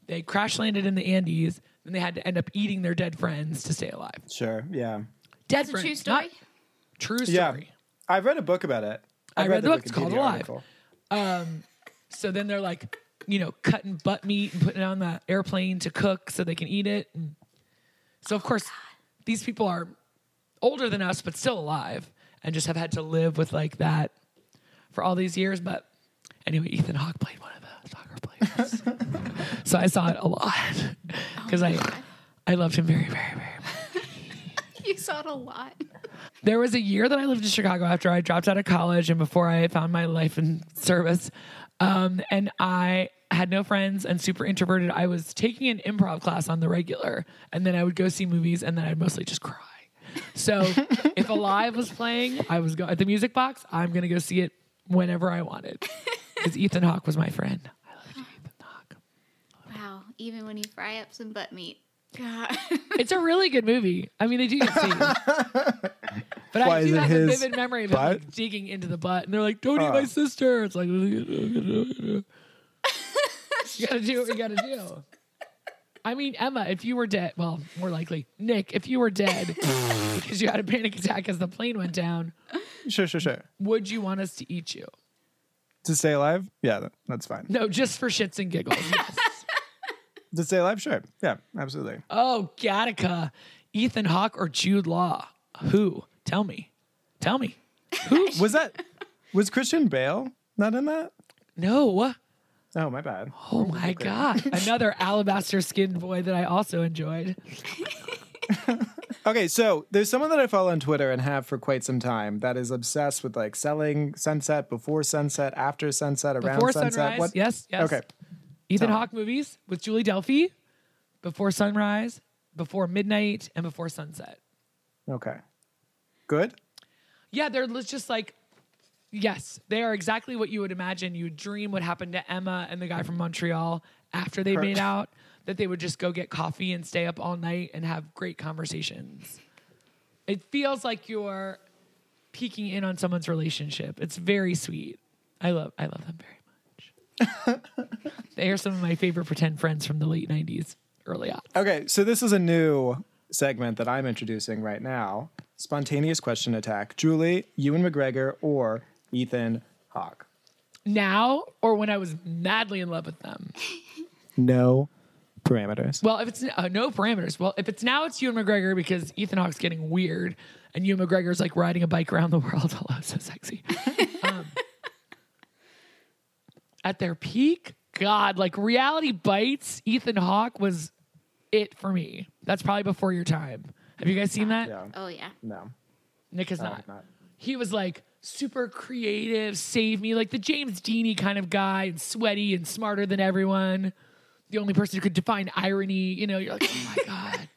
Speaker 2: They crash landed in the Andes, and they had to end up eating their dead friends to stay alive.
Speaker 1: Sure. Yeah.
Speaker 2: Dead
Speaker 3: It's a
Speaker 2: friends,
Speaker 3: true story. <laughs>
Speaker 2: not- true story.
Speaker 1: Yeah. I've read a book about it.
Speaker 2: I read the book. It's
Speaker 1: Wikipedia
Speaker 2: called Alive.
Speaker 1: article.
Speaker 2: So then they're like, you know, cutting butt meat and putting it on the airplane to cook so they can eat it. And so of course, these people are older than us, but still alive, and just have had to live with like that for all these years. But anyway, Ethan Hawke played one of the soccer players, so I saw it a lot because I, I loved him very, very, very much.
Speaker 3: You saw it a lot.
Speaker 2: There was a year that I lived in Chicago after I dropped out of college and before I found my life in service. Um, and I had no friends and super introverted. I was taking an improv class on the regular, and then I would go see movies, and then I'd mostly just cry. So if Alive was playing, I was go- at the music box. I'm gonna go see it whenever I wanted because Ethan Hawke was my friend. I loved Ethan Hawke.
Speaker 3: Wow. Even when you fry up some butt meat. God.
Speaker 2: It's a really good movie. I mean, they do get seen. But
Speaker 1: <laughs> Why
Speaker 2: I do
Speaker 1: is it
Speaker 2: have a
Speaker 1: his
Speaker 2: vivid memory of him like,
Speaker 1: butt?
Speaker 2: digging into the butt, and they're like, "Don't eat
Speaker 1: Oh.
Speaker 2: my sister." It's like, <laughs> you gotta do what you gotta do. I mean, Emma, if you were dead, well, more likely Nick, if you
Speaker 1: <laughs>
Speaker 2: were dead because you had a panic attack as the plane went down,
Speaker 1: Sure, sure, sure.
Speaker 2: would you want us to eat you?
Speaker 1: To stay alive? Yeah, that- that's fine.
Speaker 2: No, just for shits and giggles.
Speaker 1: <laughs>
Speaker 2: Yes.
Speaker 1: To stay alive? Sure. Yeah, absolutely.
Speaker 2: oh, Gattaca, Ethan Hawke or Jude Law? Who? Tell me. Tell me. <laughs>
Speaker 1: Was that was Christian Bale not in that?
Speaker 2: No.
Speaker 1: Oh, my bad.
Speaker 2: Oh my god! <laughs> Another alabaster skinned boy that I also enjoyed.
Speaker 1: Okay, so there's someone that I follow on Twitter and have for quite some time that is obsessed with like selling sunset, before sunset, after sunset, around
Speaker 2: Before
Speaker 1: sunset.
Speaker 2: sunrise,
Speaker 1: what-
Speaker 2: yes, yes.
Speaker 1: Okay.
Speaker 2: Ethan
Speaker 1: Tell me.
Speaker 2: Hawke movies with Julie Delphi. Before sunrise, before midnight, and before sunset.
Speaker 1: Okay. Good.
Speaker 2: Yeah, they're li- just like, yes, they are exactly what you would imagine. You would dream what happened to Emma and the guy from Montreal after they made out. That they would just go get coffee and stay up all night and have great conversations. It feels like you're peeking in on someone's relationship. It's very sweet. I love I love them very much. they are some of my favorite pretend friends from the late '90s, early aughts.
Speaker 1: Okay, so this is a new segment that I'm introducing right now. Spontaneous question attack. Julie, Ewan McGregor, or Ethan Hawke?
Speaker 2: Now or when I was madly in love with them.
Speaker 1: No parameters.
Speaker 2: Well, if it's uh, no parameters, well, if it's now it's Ewan McGregor because Ethan Hawke's getting weird, and Ewan McGregor's like riding a bike around the <laughs> world. Hello, so sexy. um, <laughs> at their peak, God, like reality bites. Ethan Hawke was it for me. That's probably before your time. Have you guys seen that?
Speaker 1: Yeah.
Speaker 3: <laughs> Oh yeah.
Speaker 1: No.
Speaker 2: Nick has
Speaker 1: No,
Speaker 2: not.
Speaker 1: not.
Speaker 2: He was like super creative, save me, like the James Deany kind of guy, and sweaty and smarter than everyone. The only person who could define irony. You know, you're like, oh my god.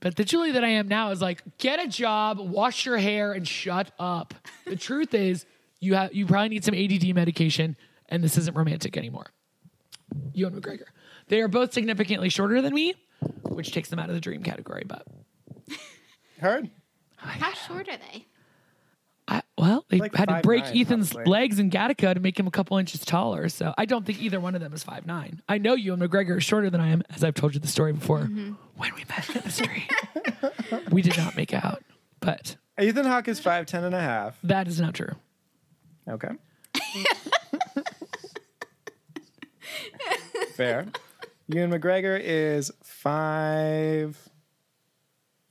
Speaker 2: But the Julie that I am now is like, get a job, wash your hair, and shut up. The truth is, you have you probably need some ADD medication, and this isn't romantic anymore. Ewan McGregor. They are both significantly shorter than me, which takes them out of the dream category. But
Speaker 1: Heard?
Speaker 3: How short are they?
Speaker 2: I, well, they
Speaker 1: Like
Speaker 2: had to
Speaker 1: 5'9",
Speaker 2: break Ethan's
Speaker 1: probably.
Speaker 2: legs in Gattaca to make him a couple inches taller. So I don't think either one of them is five nine. I know you and McGregor is shorter than I am, as I've told you the story before.
Speaker 3: Mm-hmm.
Speaker 2: When we met in the street, <laughs> we did not make out, but
Speaker 1: Ethan Hawke is 5'10 and a half.
Speaker 2: that is not true. <laughs>
Speaker 1: Okay. Fair. Ewan McGregor is five.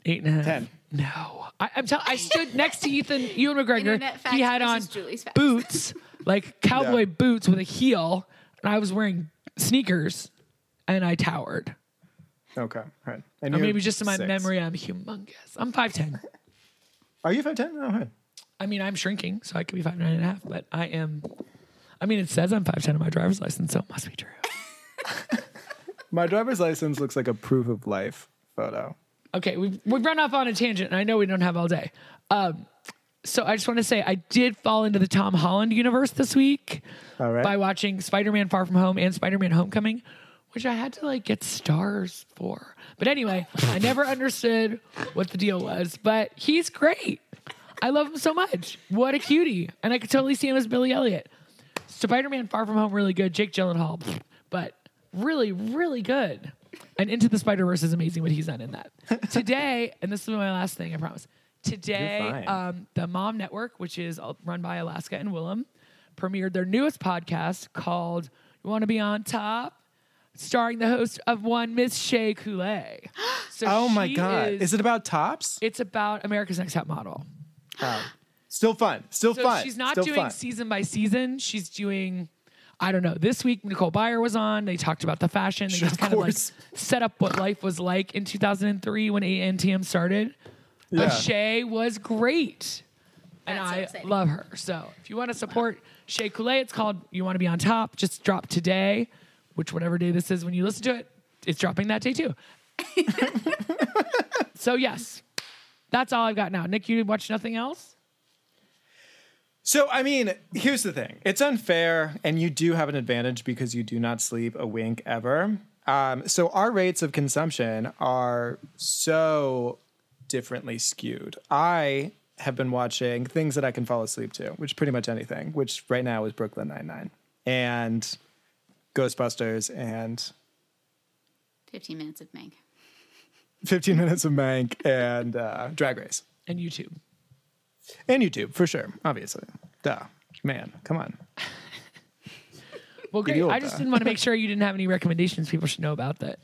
Speaker 2: Eight and a half.
Speaker 1: Ten.
Speaker 2: No, I, I'm telling. I stood next to Ethan Ewan McGregor.
Speaker 3: Internet facts
Speaker 2: He had on
Speaker 3: versus Julie's facts.
Speaker 2: boots, like cowboy
Speaker 1: Yeah.
Speaker 2: boots with a heel, and I was wearing sneakers, and I towered.
Speaker 1: Okay. Right. And
Speaker 2: Or
Speaker 1: you're
Speaker 2: maybe just in my
Speaker 1: six.
Speaker 2: memory, I'm humongous. I'm five ten.
Speaker 1: Are you 5'10? Oh, right.
Speaker 2: I mean, I'm shrinking, so I could be five nine and a half, but I am. I mean, it says I'm five ten on my driver's license, so it must be true.
Speaker 1: My driver's license looks like a proof of life photo.
Speaker 2: Okay, we've we've run off on a tangent, and I know we don't have all day. Um, so I just want to say I did fall into the Tom Holland universe this week
Speaker 1: All right.
Speaker 2: by watching Spider Man Far From Home and Spider Man Homecoming, which I had to like get stars for. But anyway, I never understood what the deal was, but he's great. I love him so much. What a cutie. And I could totally see him as Billy Elliot. Spider Man Far From Home, really good. Jake Gyllenhaal, pfft, but really, really good. And Into the Spider Verse is amazing, but he's not in
Speaker 1: <laughs>
Speaker 2: that. Today, and this is my last thing, I promise. Today,
Speaker 1: fine.
Speaker 2: um, the Mom Network, which is uh, run by Alaska and Willem, premiered their newest podcast called You Want to Be on Top? Starring the host of one, Miss
Speaker 1: <gasps>
Speaker 2: Shay Coulee. So
Speaker 1: oh my
Speaker 2: she
Speaker 1: God. Is, it about tops?
Speaker 2: It's about America's Next Top Model.
Speaker 1: Still fun. Still
Speaker 2: So
Speaker 1: fun.
Speaker 2: she's not
Speaker 1: Still
Speaker 2: doing
Speaker 1: fun.
Speaker 2: season by season. She's doing, I don't know. This week Nicole Byer was on. They talked about the fashion. They
Speaker 1: Sure,
Speaker 2: just
Speaker 1: of
Speaker 2: kind of,
Speaker 1: course.
Speaker 2: like set up what life was like in 2003 when ANTM started.
Speaker 1: Yeah.
Speaker 2: But Shay was great, and
Speaker 3: That's so
Speaker 2: I
Speaker 3: exciting.
Speaker 2: love her. So if you want to support Shay Coulee, it's called "You Want to Be on Top." Just dropped today, which whatever day this is when you listen to it, it's dropping that day too.
Speaker 3: <laughs>
Speaker 2: so yes, that's all I've got now. Nick, you watch nothing else.
Speaker 1: So, I mean, here's the thing it's unfair, and you do have an advantage because you do not sleep a wink ever. Um, so, our rates of consumption are so differently skewed. I have been watching things that I can fall asleep to, which is pretty much anything, which right now is Brooklyn Nine-Nine and Ghostbusters and
Speaker 3: 15 minutes of Meg.
Speaker 1: 15 Minutes of Mank and uh, Drag Race.
Speaker 2: and YouTube.
Speaker 1: And YouTube, for sure, obviously. Duh. Man, come on.
Speaker 2: Well, great.
Speaker 1: Idiota.
Speaker 2: I just didn't want to make sure you didn't have any recommendations people should know about that.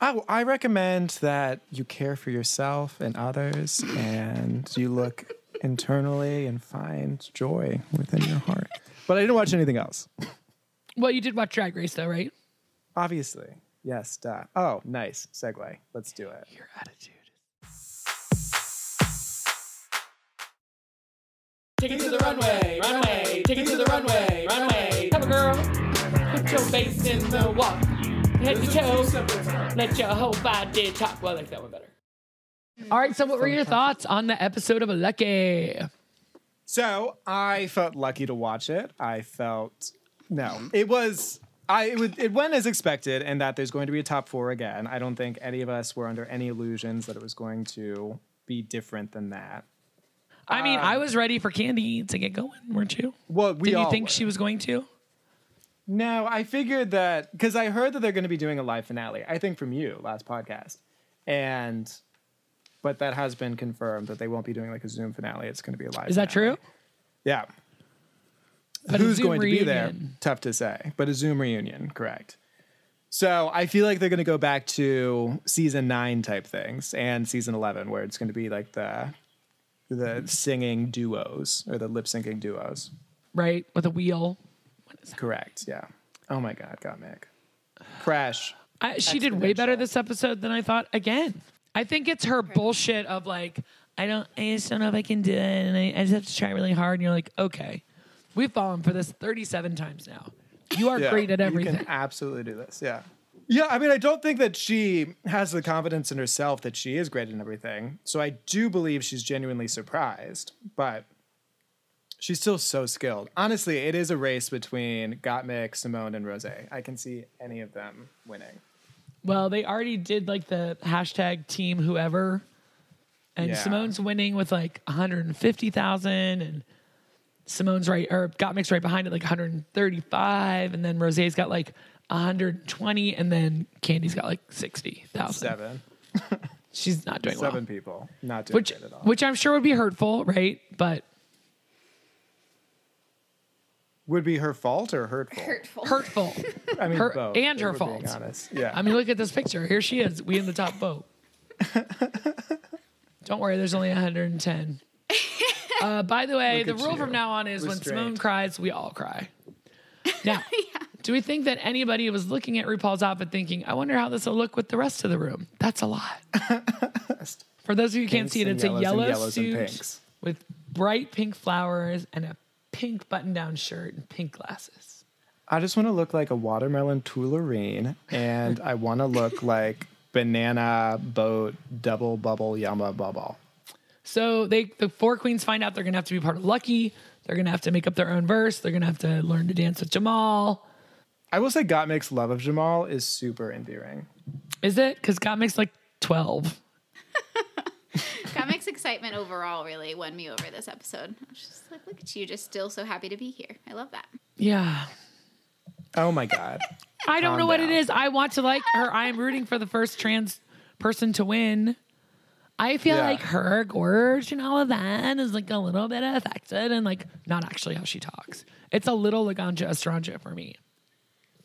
Speaker 1: I, I recommend that you care for yourself and others and you look internally and find joy within your heart. But I didn't watch anything else.
Speaker 2: Well, you did watch Drag Race, though, right?
Speaker 1: Obviously. Yes, duh. Oh, nice segue. Let's do it.
Speaker 2: Your attitude. Take it to the runway, runway. Take it to the runway, runway. Come on, girl. Put your face in the water. Head to toe. Let your whole body talk. Well, I like that one better. All right. So, what were your thoughts on the episode of Lucky?
Speaker 1: So I felt lucky to watch it. I felt no,
Speaker 2: Mm-hmm.
Speaker 1: it was I it, would, it went as expected, and that there's going to be a top four again. I don't think any of us were under any illusions that it was going to be different than that.
Speaker 2: I mean, I was ready for Candy to get going, weren't you?
Speaker 1: Well, Um, we
Speaker 2: Did you
Speaker 1: all
Speaker 2: think
Speaker 1: were.
Speaker 2: she was going to?
Speaker 1: No, I figured that because I heard that they're going to be doing a live finale. I think from you last podcast, and but that has been confirmed that they won't be doing like a Zoom finale. It's going to be a live.
Speaker 2: Is that
Speaker 1: finale.
Speaker 2: true?
Speaker 1: Yeah.
Speaker 2: But a
Speaker 1: Who's
Speaker 2: Zoom
Speaker 1: going to be there?
Speaker 2: reunion.
Speaker 1: Tough to say. But a Zoom reunion, correct? So I feel like they're going to go back to season nine type things and season eleven, where it's going to be like the the singing duos or the lip syncing duos.
Speaker 2: right? With a wheel.
Speaker 1: Correct. Yeah. Oh my God, got Mick. <sighs> Crash.
Speaker 2: I, she did way better this episode than I thought. Again, I think it's her bullshit of like, I don't, I just don't know if I can do it, and I, I just have to try really hard. And you're like, okay, we've fallen for this 37 times now. You are
Speaker 1: Yeah,
Speaker 2: great at everything.
Speaker 1: You can absolutely do this. Yeah. Yeah, I mean, I don't think that she has the confidence in herself that she is great in everything. So I do believe she's genuinely surprised, but she's still so skilled. Honestly, it is a race between Gottmik, Simone, and Rose. I can see any of them winning.
Speaker 2: Well, they already did like the hashtag team whoever. And
Speaker 1: Yeah.
Speaker 2: Simone's winning with like 150,000 and Simone's right or got mixed right behind it like 135 and then Rosé's got like 120 and then Candy's got like 60,000.
Speaker 1: Seven.
Speaker 2: She's not doing
Speaker 1: Seven
Speaker 2: well.
Speaker 1: people. Not doing
Speaker 2: Which
Speaker 1: good at all.
Speaker 2: which I'm sure would be hurtful, right? But
Speaker 1: Would be her fault or hurtful?
Speaker 3: Hurtful.
Speaker 2: hurtful.
Speaker 1: I mean,
Speaker 2: her-
Speaker 1: both.
Speaker 2: and
Speaker 1: if
Speaker 2: her
Speaker 1: we're being
Speaker 2: fault.
Speaker 1: honest. Yeah.
Speaker 2: I mean, look at this picture. Here she is. We in the top boat. Don't worry, there's only 110. Uh, by the way, the
Speaker 1: at
Speaker 2: rule
Speaker 1: you.
Speaker 2: from now on is when Simone
Speaker 1: Restraint.
Speaker 2: cries, we all cry. Now, do we think that anybody was looking at RuPaul's outfit thinking, I wonder how this will look with the rest of the room? That's
Speaker 1: <laughs>
Speaker 2: a lot. For those of you who can't
Speaker 1: Pinks
Speaker 2: see it,
Speaker 1: and
Speaker 2: it's a
Speaker 1: yellows and
Speaker 2: yellow
Speaker 1: yellows and
Speaker 2: suit
Speaker 1: pinks.
Speaker 2: with bright pink flowers and a pink button down shirt and pink glasses.
Speaker 1: I just want to look like a watermelon Tularine, and I want to <laughs> look like banana boat double bubble yumma bubble.
Speaker 2: So they the four queens find out they're gonna have to be part of Lucky. They're gonna have to make up their own verse. They're gonna have to learn to dance with Jamal.
Speaker 1: I will say, Gottmik's love of Jamal is super endearing.
Speaker 2: Is it? Because God makes like twelve.
Speaker 3: Comics excitement overall really won me over this episode. I was just like, look at you, just still so happy to be here. I love that.
Speaker 2: Yeah.
Speaker 1: Oh my <laughs> god!
Speaker 2: I don't
Speaker 1: Calm
Speaker 2: know what it
Speaker 1: down.
Speaker 2: is. I want to like her. I am rooting for the first trans person to win. I feel
Speaker 1: Yeah.
Speaker 2: like her gorge and all of that is like a little bit affected and like not actually how she talks. It's a little Laganja Estranja for me.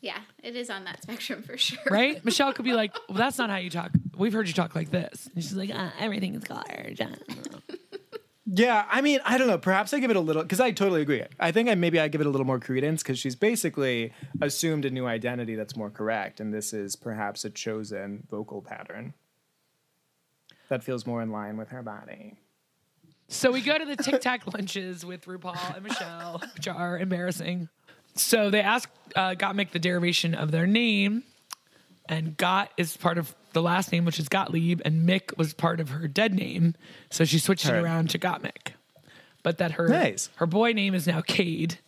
Speaker 3: Yeah, it is on that <laughs> spectrum for sure.
Speaker 2: right? Michelle could be like, well, that's not how you talk. We've heard you talk like this. And she's like, uh, everything is large. uh."
Speaker 1: yeah, I mean, I don't know. Perhaps I give it a little because I totally agree. I think I maybe I give it a little more credence because she's basically assumed a new identity that's more correct, and this is perhaps a chosen vocal pattern that feels more in line with her body.
Speaker 2: So we go to the Tic Tac lunches with RuPaul and Michelle, which are embarrassing. So they ask uh, Gottmik the derivation of their name, and Got is part of the last name, which is Gottlieb, and Mick was part of her dead name, so she switched it
Speaker 1: Right.
Speaker 2: around to Gottmik. But that her
Speaker 1: Nice.
Speaker 2: her boy name is now Cade,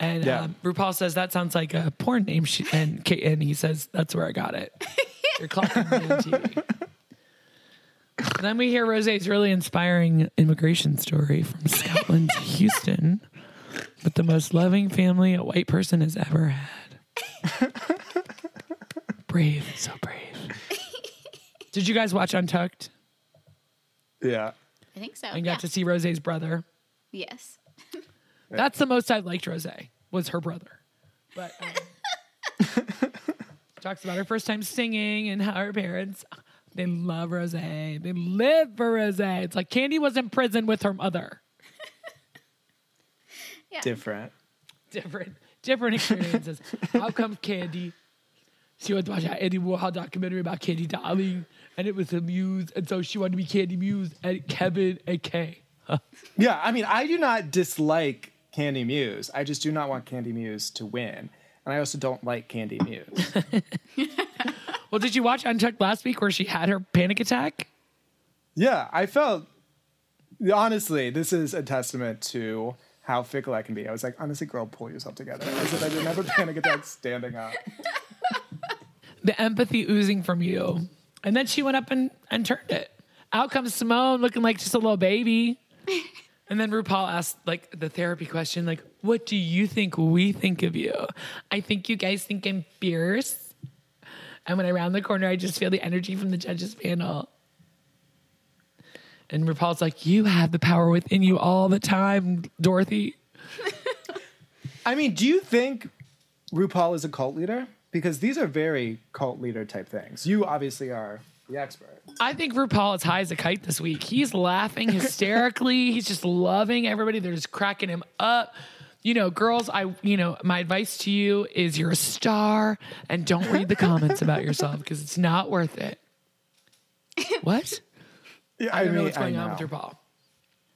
Speaker 2: and
Speaker 1: Yeah.
Speaker 2: um, RuPaul says that sounds like a porn name, she, and Cade, and he says that's where I got it. You're clocking me on TV. Then we hear Rose's really inspiring immigration story from Scotland to Houston with the most loving family a white person has ever had. brave, so brave. Did you guys watch Untucked
Speaker 1: Yeah.
Speaker 3: I think so.
Speaker 2: and
Speaker 3: yeah.
Speaker 2: got to see Rose's brother?
Speaker 3: yes.
Speaker 2: That's the most I liked Rose was her brother. But um, talks about her first time singing and how her parents they love Rose. They live for Rose. It's like Candy was in prison with her mother.
Speaker 3: Yeah.
Speaker 1: Different.
Speaker 2: Different different experiences. how come Candy? She was watching an Eddie Warhol documentary about Candy Darling, and it was a muse, and so she wanted to be Candy Muse and Kevin and Kay.
Speaker 1: Yeah, I mean, I do not dislike Candy Muse. I just do not want Candy Muse to win. And I also don't like Candy
Speaker 2: <laughs>
Speaker 1: Muse.
Speaker 2: Well, did you watch Untucked last week where she had her panic attack?
Speaker 1: yeah, I felt honestly, this is a testament to how fickle I can be. I was like, honestly, girl, pull yourself together. As if I didn't have a panic
Speaker 2: <laughs>
Speaker 1: attack standing up.
Speaker 2: the empathy oozing from you. And then she went up and, and turned it. Out comes Simone looking like just a little baby. And then RuPaul asked like the therapy question, like, what do you think we think of you? I think you guys think I'm fierce. And when I round the corner, I just feel the energy from the judges panel. And RuPaul's like, you have the power within you all the time, Dorothy.
Speaker 1: I mean, do you think RuPaul is a cult leader? because these are very cult leader type things. You obviously are the expert.
Speaker 2: I think RuPaul is high as a kite this week. He's laughing hysterically. He's just loving everybody. They're just cracking him up. You know, girls, I you know, my advice to you is you're a star and don't read the comments about yourself because it's not worth it. What?
Speaker 1: Yeah,
Speaker 2: I don't know what's going on with RuPaul.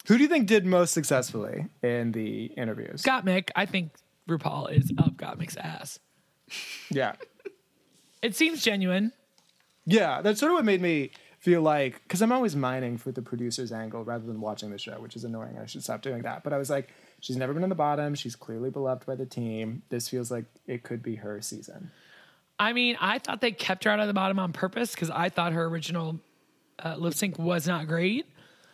Speaker 1: Who do you think did most successfully in the interviews?
Speaker 2: Gottmik, I think RuPaul is up Gottmik's ass.
Speaker 1: Yeah.
Speaker 2: It seems genuine.
Speaker 1: Yeah, that's sort of what made me feel like because I'm always mining for the producer's angle rather than watching the show, which is annoying. I should stop doing that. But I was like, she's never been on the bottom. She's clearly beloved by the team. This feels like it could be her season.
Speaker 2: I mean, I thought they kept her out of the bottom on purpose because I thought her original uh, lip sync was not great.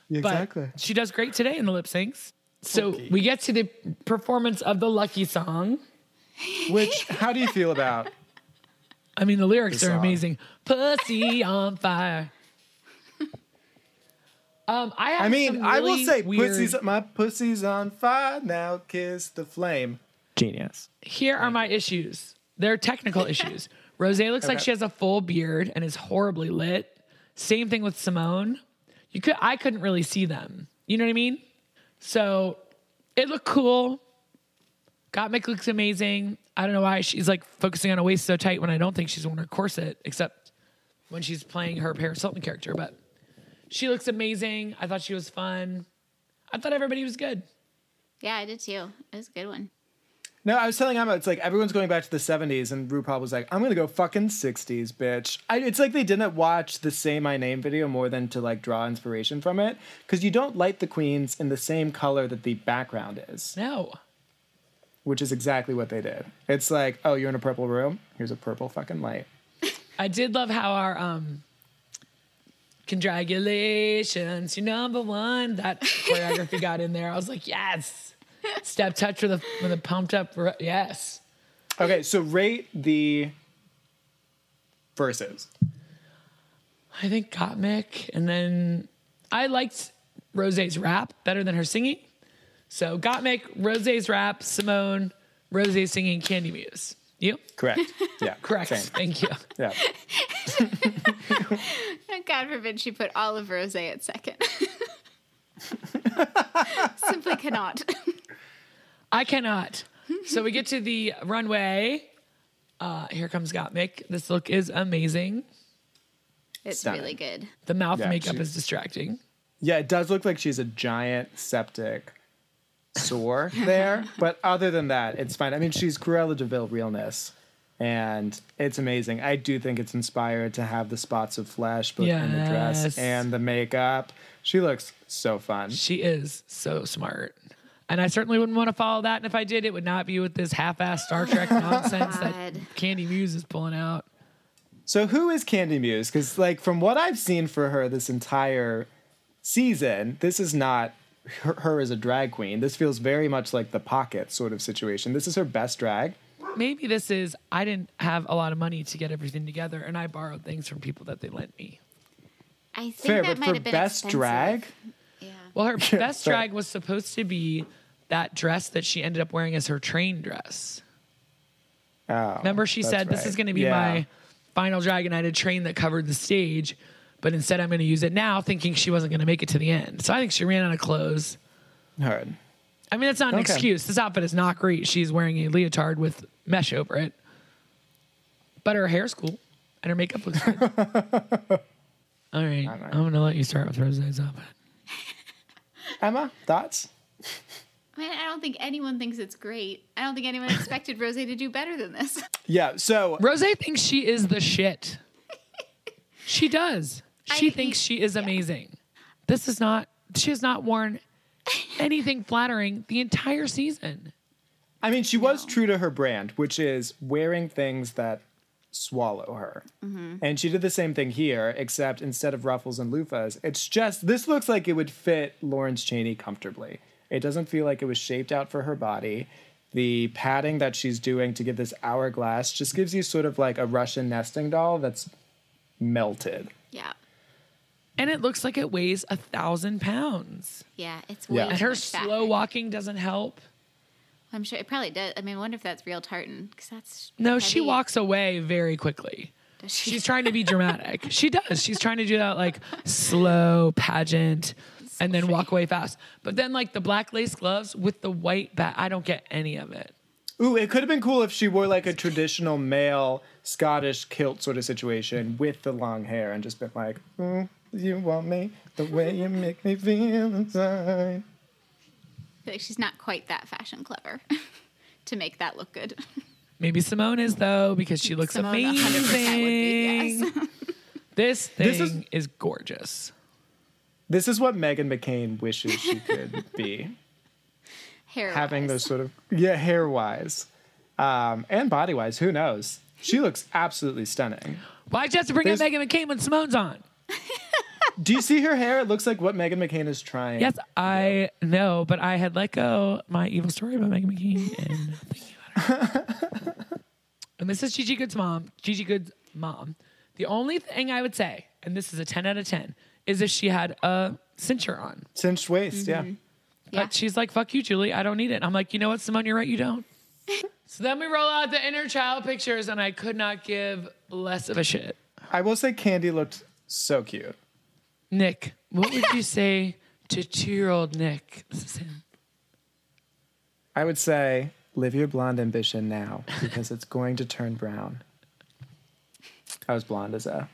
Speaker 2: But <laughs> she does great today in the lip syncs. So we get to the performance of the Lucky song.
Speaker 1: Which, how do you feel about?
Speaker 2: I mean, the lyrics
Speaker 1: The
Speaker 2: are
Speaker 1: song.
Speaker 2: amazing. Pussy on fire. Um, I, have
Speaker 1: I mean,
Speaker 2: some
Speaker 1: I will
Speaker 2: really
Speaker 1: say,
Speaker 2: weird-
Speaker 1: pussy's, my pussy's on fire now. Kiss the flame. Genius.
Speaker 2: Here are my issues. They're technical issues. Rose looks like
Speaker 1: Okay.
Speaker 2: she has a full beard and is horribly lit. Same thing with Simone. You could I couldn't really see them. You know what I mean? So it looked cool. Gottmik looks amazing. I don't know why she's like focusing on a waist so tight when I don't think she's worn her corset, except when she's playing her Paris Hilton character. But she looks amazing. I thought she was fun. I thought everybody was good.
Speaker 3: Yeah, I did too. It was a good one.
Speaker 1: No, I was telling Emma, it's like everyone's going back to the 70s, and RuPaul was like, I'm going to go fucking 60s, bitch. I, it's like they didn't watch the Say My Name video more than to like draw inspiration from it, because you don't light the queens in the same color that the background is,
Speaker 2: No.
Speaker 1: which is exactly what they did. It's like, oh, you're in a purple room? Here's a purple fucking light.
Speaker 2: I did love how our um congratulations, you're number one. That choreography got in there. I was like, yes. Step touch with a with a pumped up ru- yes.
Speaker 1: Okay, so rate the verses.
Speaker 2: I think Gottmik, and then I liked Rose's rap better than her singing. So Gottmik, Rose's rap, Simone, Rose singing, Candy Muse. You
Speaker 1: Correct. Yeah.
Speaker 2: correct?
Speaker 1: same.
Speaker 2: Thank you.
Speaker 1: Yeah.
Speaker 3: God forbid she put all of Rose at second. <laughs> Simply cannot. <laughs>
Speaker 2: I cannot. so we get to the runway. Uh, here comes Gottmik. This look is amazing.
Speaker 3: It's
Speaker 1: Stunning.
Speaker 3: really good.
Speaker 2: The mouth
Speaker 1: Yeah,
Speaker 2: makeup
Speaker 1: she-
Speaker 2: is distracting.
Speaker 1: Yeah, it does look like she's a giant septic sore there. but other than that, it's fine. I mean, she's Cruella Deville realness. And it's amazing. I do think it's inspired to have the spots of flesh both in the
Speaker 2: Yes.
Speaker 1: dress and the makeup. She looks so fun.
Speaker 2: She is so smart. And I certainly wouldn't want to follow that. And if I did, it would not be with this half assed Star Trek nonsense that
Speaker 3: God.
Speaker 2: Candy Muse is pulling out.
Speaker 1: So who is Candy Muse? Because like from what I've seen for her this entire season, this is not her, her as a drag queen. This feels very much like the pocket sort of situation. This is her best drag.
Speaker 2: Maybe this is I didn't have a lot of money to get everything together, and I borrowed things from people that they lent me.
Speaker 3: I think
Speaker 1: Fair,
Speaker 3: that
Speaker 1: but
Speaker 3: might
Speaker 1: for
Speaker 3: have been
Speaker 1: best
Speaker 3: expensive.
Speaker 1: drag,
Speaker 3: Yeah.
Speaker 1: <laughs>
Speaker 2: Well, her best
Speaker 1: fair.
Speaker 2: drag was supposed to be that dress that she ended up wearing as her train dress.
Speaker 1: oh,
Speaker 2: Remember, she
Speaker 1: that's
Speaker 2: said, This
Speaker 1: right.
Speaker 2: is going to be
Speaker 1: Yeah.
Speaker 2: my final drag, and I had a train that covered the stage, but instead I'm going to use it now, thinking she wasn't going to make it to the end. So I think she ran out of clothes.
Speaker 1: Heard.
Speaker 2: I mean, that's not an
Speaker 1: Okay.
Speaker 2: excuse. This outfit is not great. She's wearing a leotard with mesh over it, but her hair's cool and her makeup looks
Speaker 1: <laughs>
Speaker 2: good. All right, I'm going to let you start with Rose's outfit.
Speaker 1: Emma, thoughts?
Speaker 3: I mean, I don't think anyone thinks it's great. I don't think anyone expected Rose to do better than this. <laughs>
Speaker 1: Yeah, so
Speaker 2: Rose thinks she is the shit. she does. She
Speaker 3: <laughs> I-
Speaker 2: thinks she is amazing. This is not, she has not
Speaker 3: <laughs>
Speaker 2: worn anything flattering the entire season.
Speaker 1: I mean, she was true to her brand, which is wearing things that swallow her. And she did the same thing here, except instead of ruffles and loofahs, it's just this looks like it would fit Lawrence Cheney comfortably. It doesn't feel like it was shaped out for her body. The padding that she's doing to give this hourglass just gives you sort of like a Russian nesting doll that's melted.
Speaker 3: yeah.
Speaker 2: And it looks like it weighs a thousand pounds.
Speaker 3: Yeah. It's way
Speaker 1: Yeah.
Speaker 3: too
Speaker 2: And her
Speaker 3: much fabric.
Speaker 2: slow walking doesn't help.
Speaker 3: I'm sure it probably does. I mean, I wonder if that's real tartan because that's
Speaker 2: No, she
Speaker 3: heavy.
Speaker 2: walks away very quickly.
Speaker 3: Does she-
Speaker 2: She's trying to be dramatic. she does. She's trying to do that like slow pageant and then walk away fast. But then like the black lace gloves with the white bat, I don't get any of it.
Speaker 1: Ooh, it could have been cool if she wore like a traditional male Scottish kilt sort of situation with the long hair and just been like, mm, "You want me the way you make me feel inside."
Speaker 3: I feel <laughs> like she's not quite that fashion clever <laughs> to make that look good.
Speaker 2: Maybe Simone is though because she looks
Speaker 3: Simone
Speaker 2: amazing.
Speaker 3: 100% <laughs> would be, yes. <laughs>
Speaker 2: This thing
Speaker 1: This is-
Speaker 2: is-, gorgeous.
Speaker 1: This is what Megan McCain wishes she could be.
Speaker 3: Hair
Speaker 1: having
Speaker 3: wise.
Speaker 1: those sort of yeah hair wise um, and body wise who knows she looks absolutely stunning
Speaker 2: Why'd you have to bring
Speaker 1: There's-
Speaker 2: up Megan McCain when Simone's on?
Speaker 1: do you see her hair it looks like what megan mccain is trying
Speaker 2: Yes, I know, but I had let go my evil story about Megan McKean and thinking about her.
Speaker 1: <laughs>
Speaker 2: and this is Gigi Good's mom. Gigi Good's mom. The only thing I would say, and this is a 10 out of 10, is if she had a cincher on.
Speaker 1: cinched waist yeah
Speaker 3: Yeah.
Speaker 2: But she's like, fuck you, Julie. I don't need it. I'm like, you know what, Simone, you're right. You don't. so then we roll out the inner child pictures, and I could not give less of a shit.
Speaker 1: i will say candy looked so cute
Speaker 2: Nick, what would you say to two year old Nick? This is him.
Speaker 1: i would say live your blonde ambition now because it's going to turn brown i was blonde as a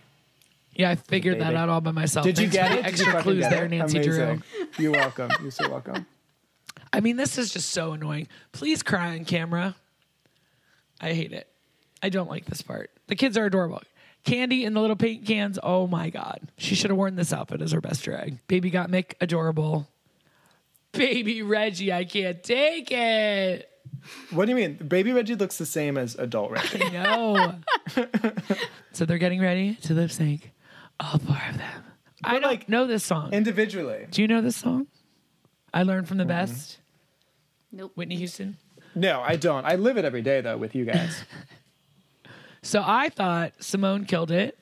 Speaker 2: Yeah, I figured that
Speaker 1: Baby.
Speaker 2: out all by myself.
Speaker 1: did you
Speaker 2: Thanks
Speaker 1: get
Speaker 2: for
Speaker 1: it
Speaker 2: the
Speaker 1: Did you
Speaker 2: Extra
Speaker 1: fucking
Speaker 2: clues
Speaker 1: get
Speaker 2: there,
Speaker 1: it?
Speaker 2: Nancy Drew.
Speaker 1: Amazing. you're welcome you're so welcome
Speaker 2: I mean, this is just so annoying. Please cry on camera. I hate it. I don't like this part. The kids are adorable. Candy in the little paint cans. Oh my God. She should have worn this outfit as her best drag. Baby got Mick adorable. Baby Reggie, I can't take it.
Speaker 1: what do you mean baby reggie looks the same as adult reggie <laughs>
Speaker 2: No. so they're getting ready to lip sync. All four of them.
Speaker 1: But,
Speaker 2: I don't
Speaker 1: like,
Speaker 2: know this song.
Speaker 1: individually
Speaker 2: Do you know this song? I learned from the
Speaker 1: Mm-hmm.
Speaker 2: best.
Speaker 3: Nope.
Speaker 2: Whitney Houston.
Speaker 1: no i don't i live it every day though with you guys
Speaker 2: So I thought Simone killed it,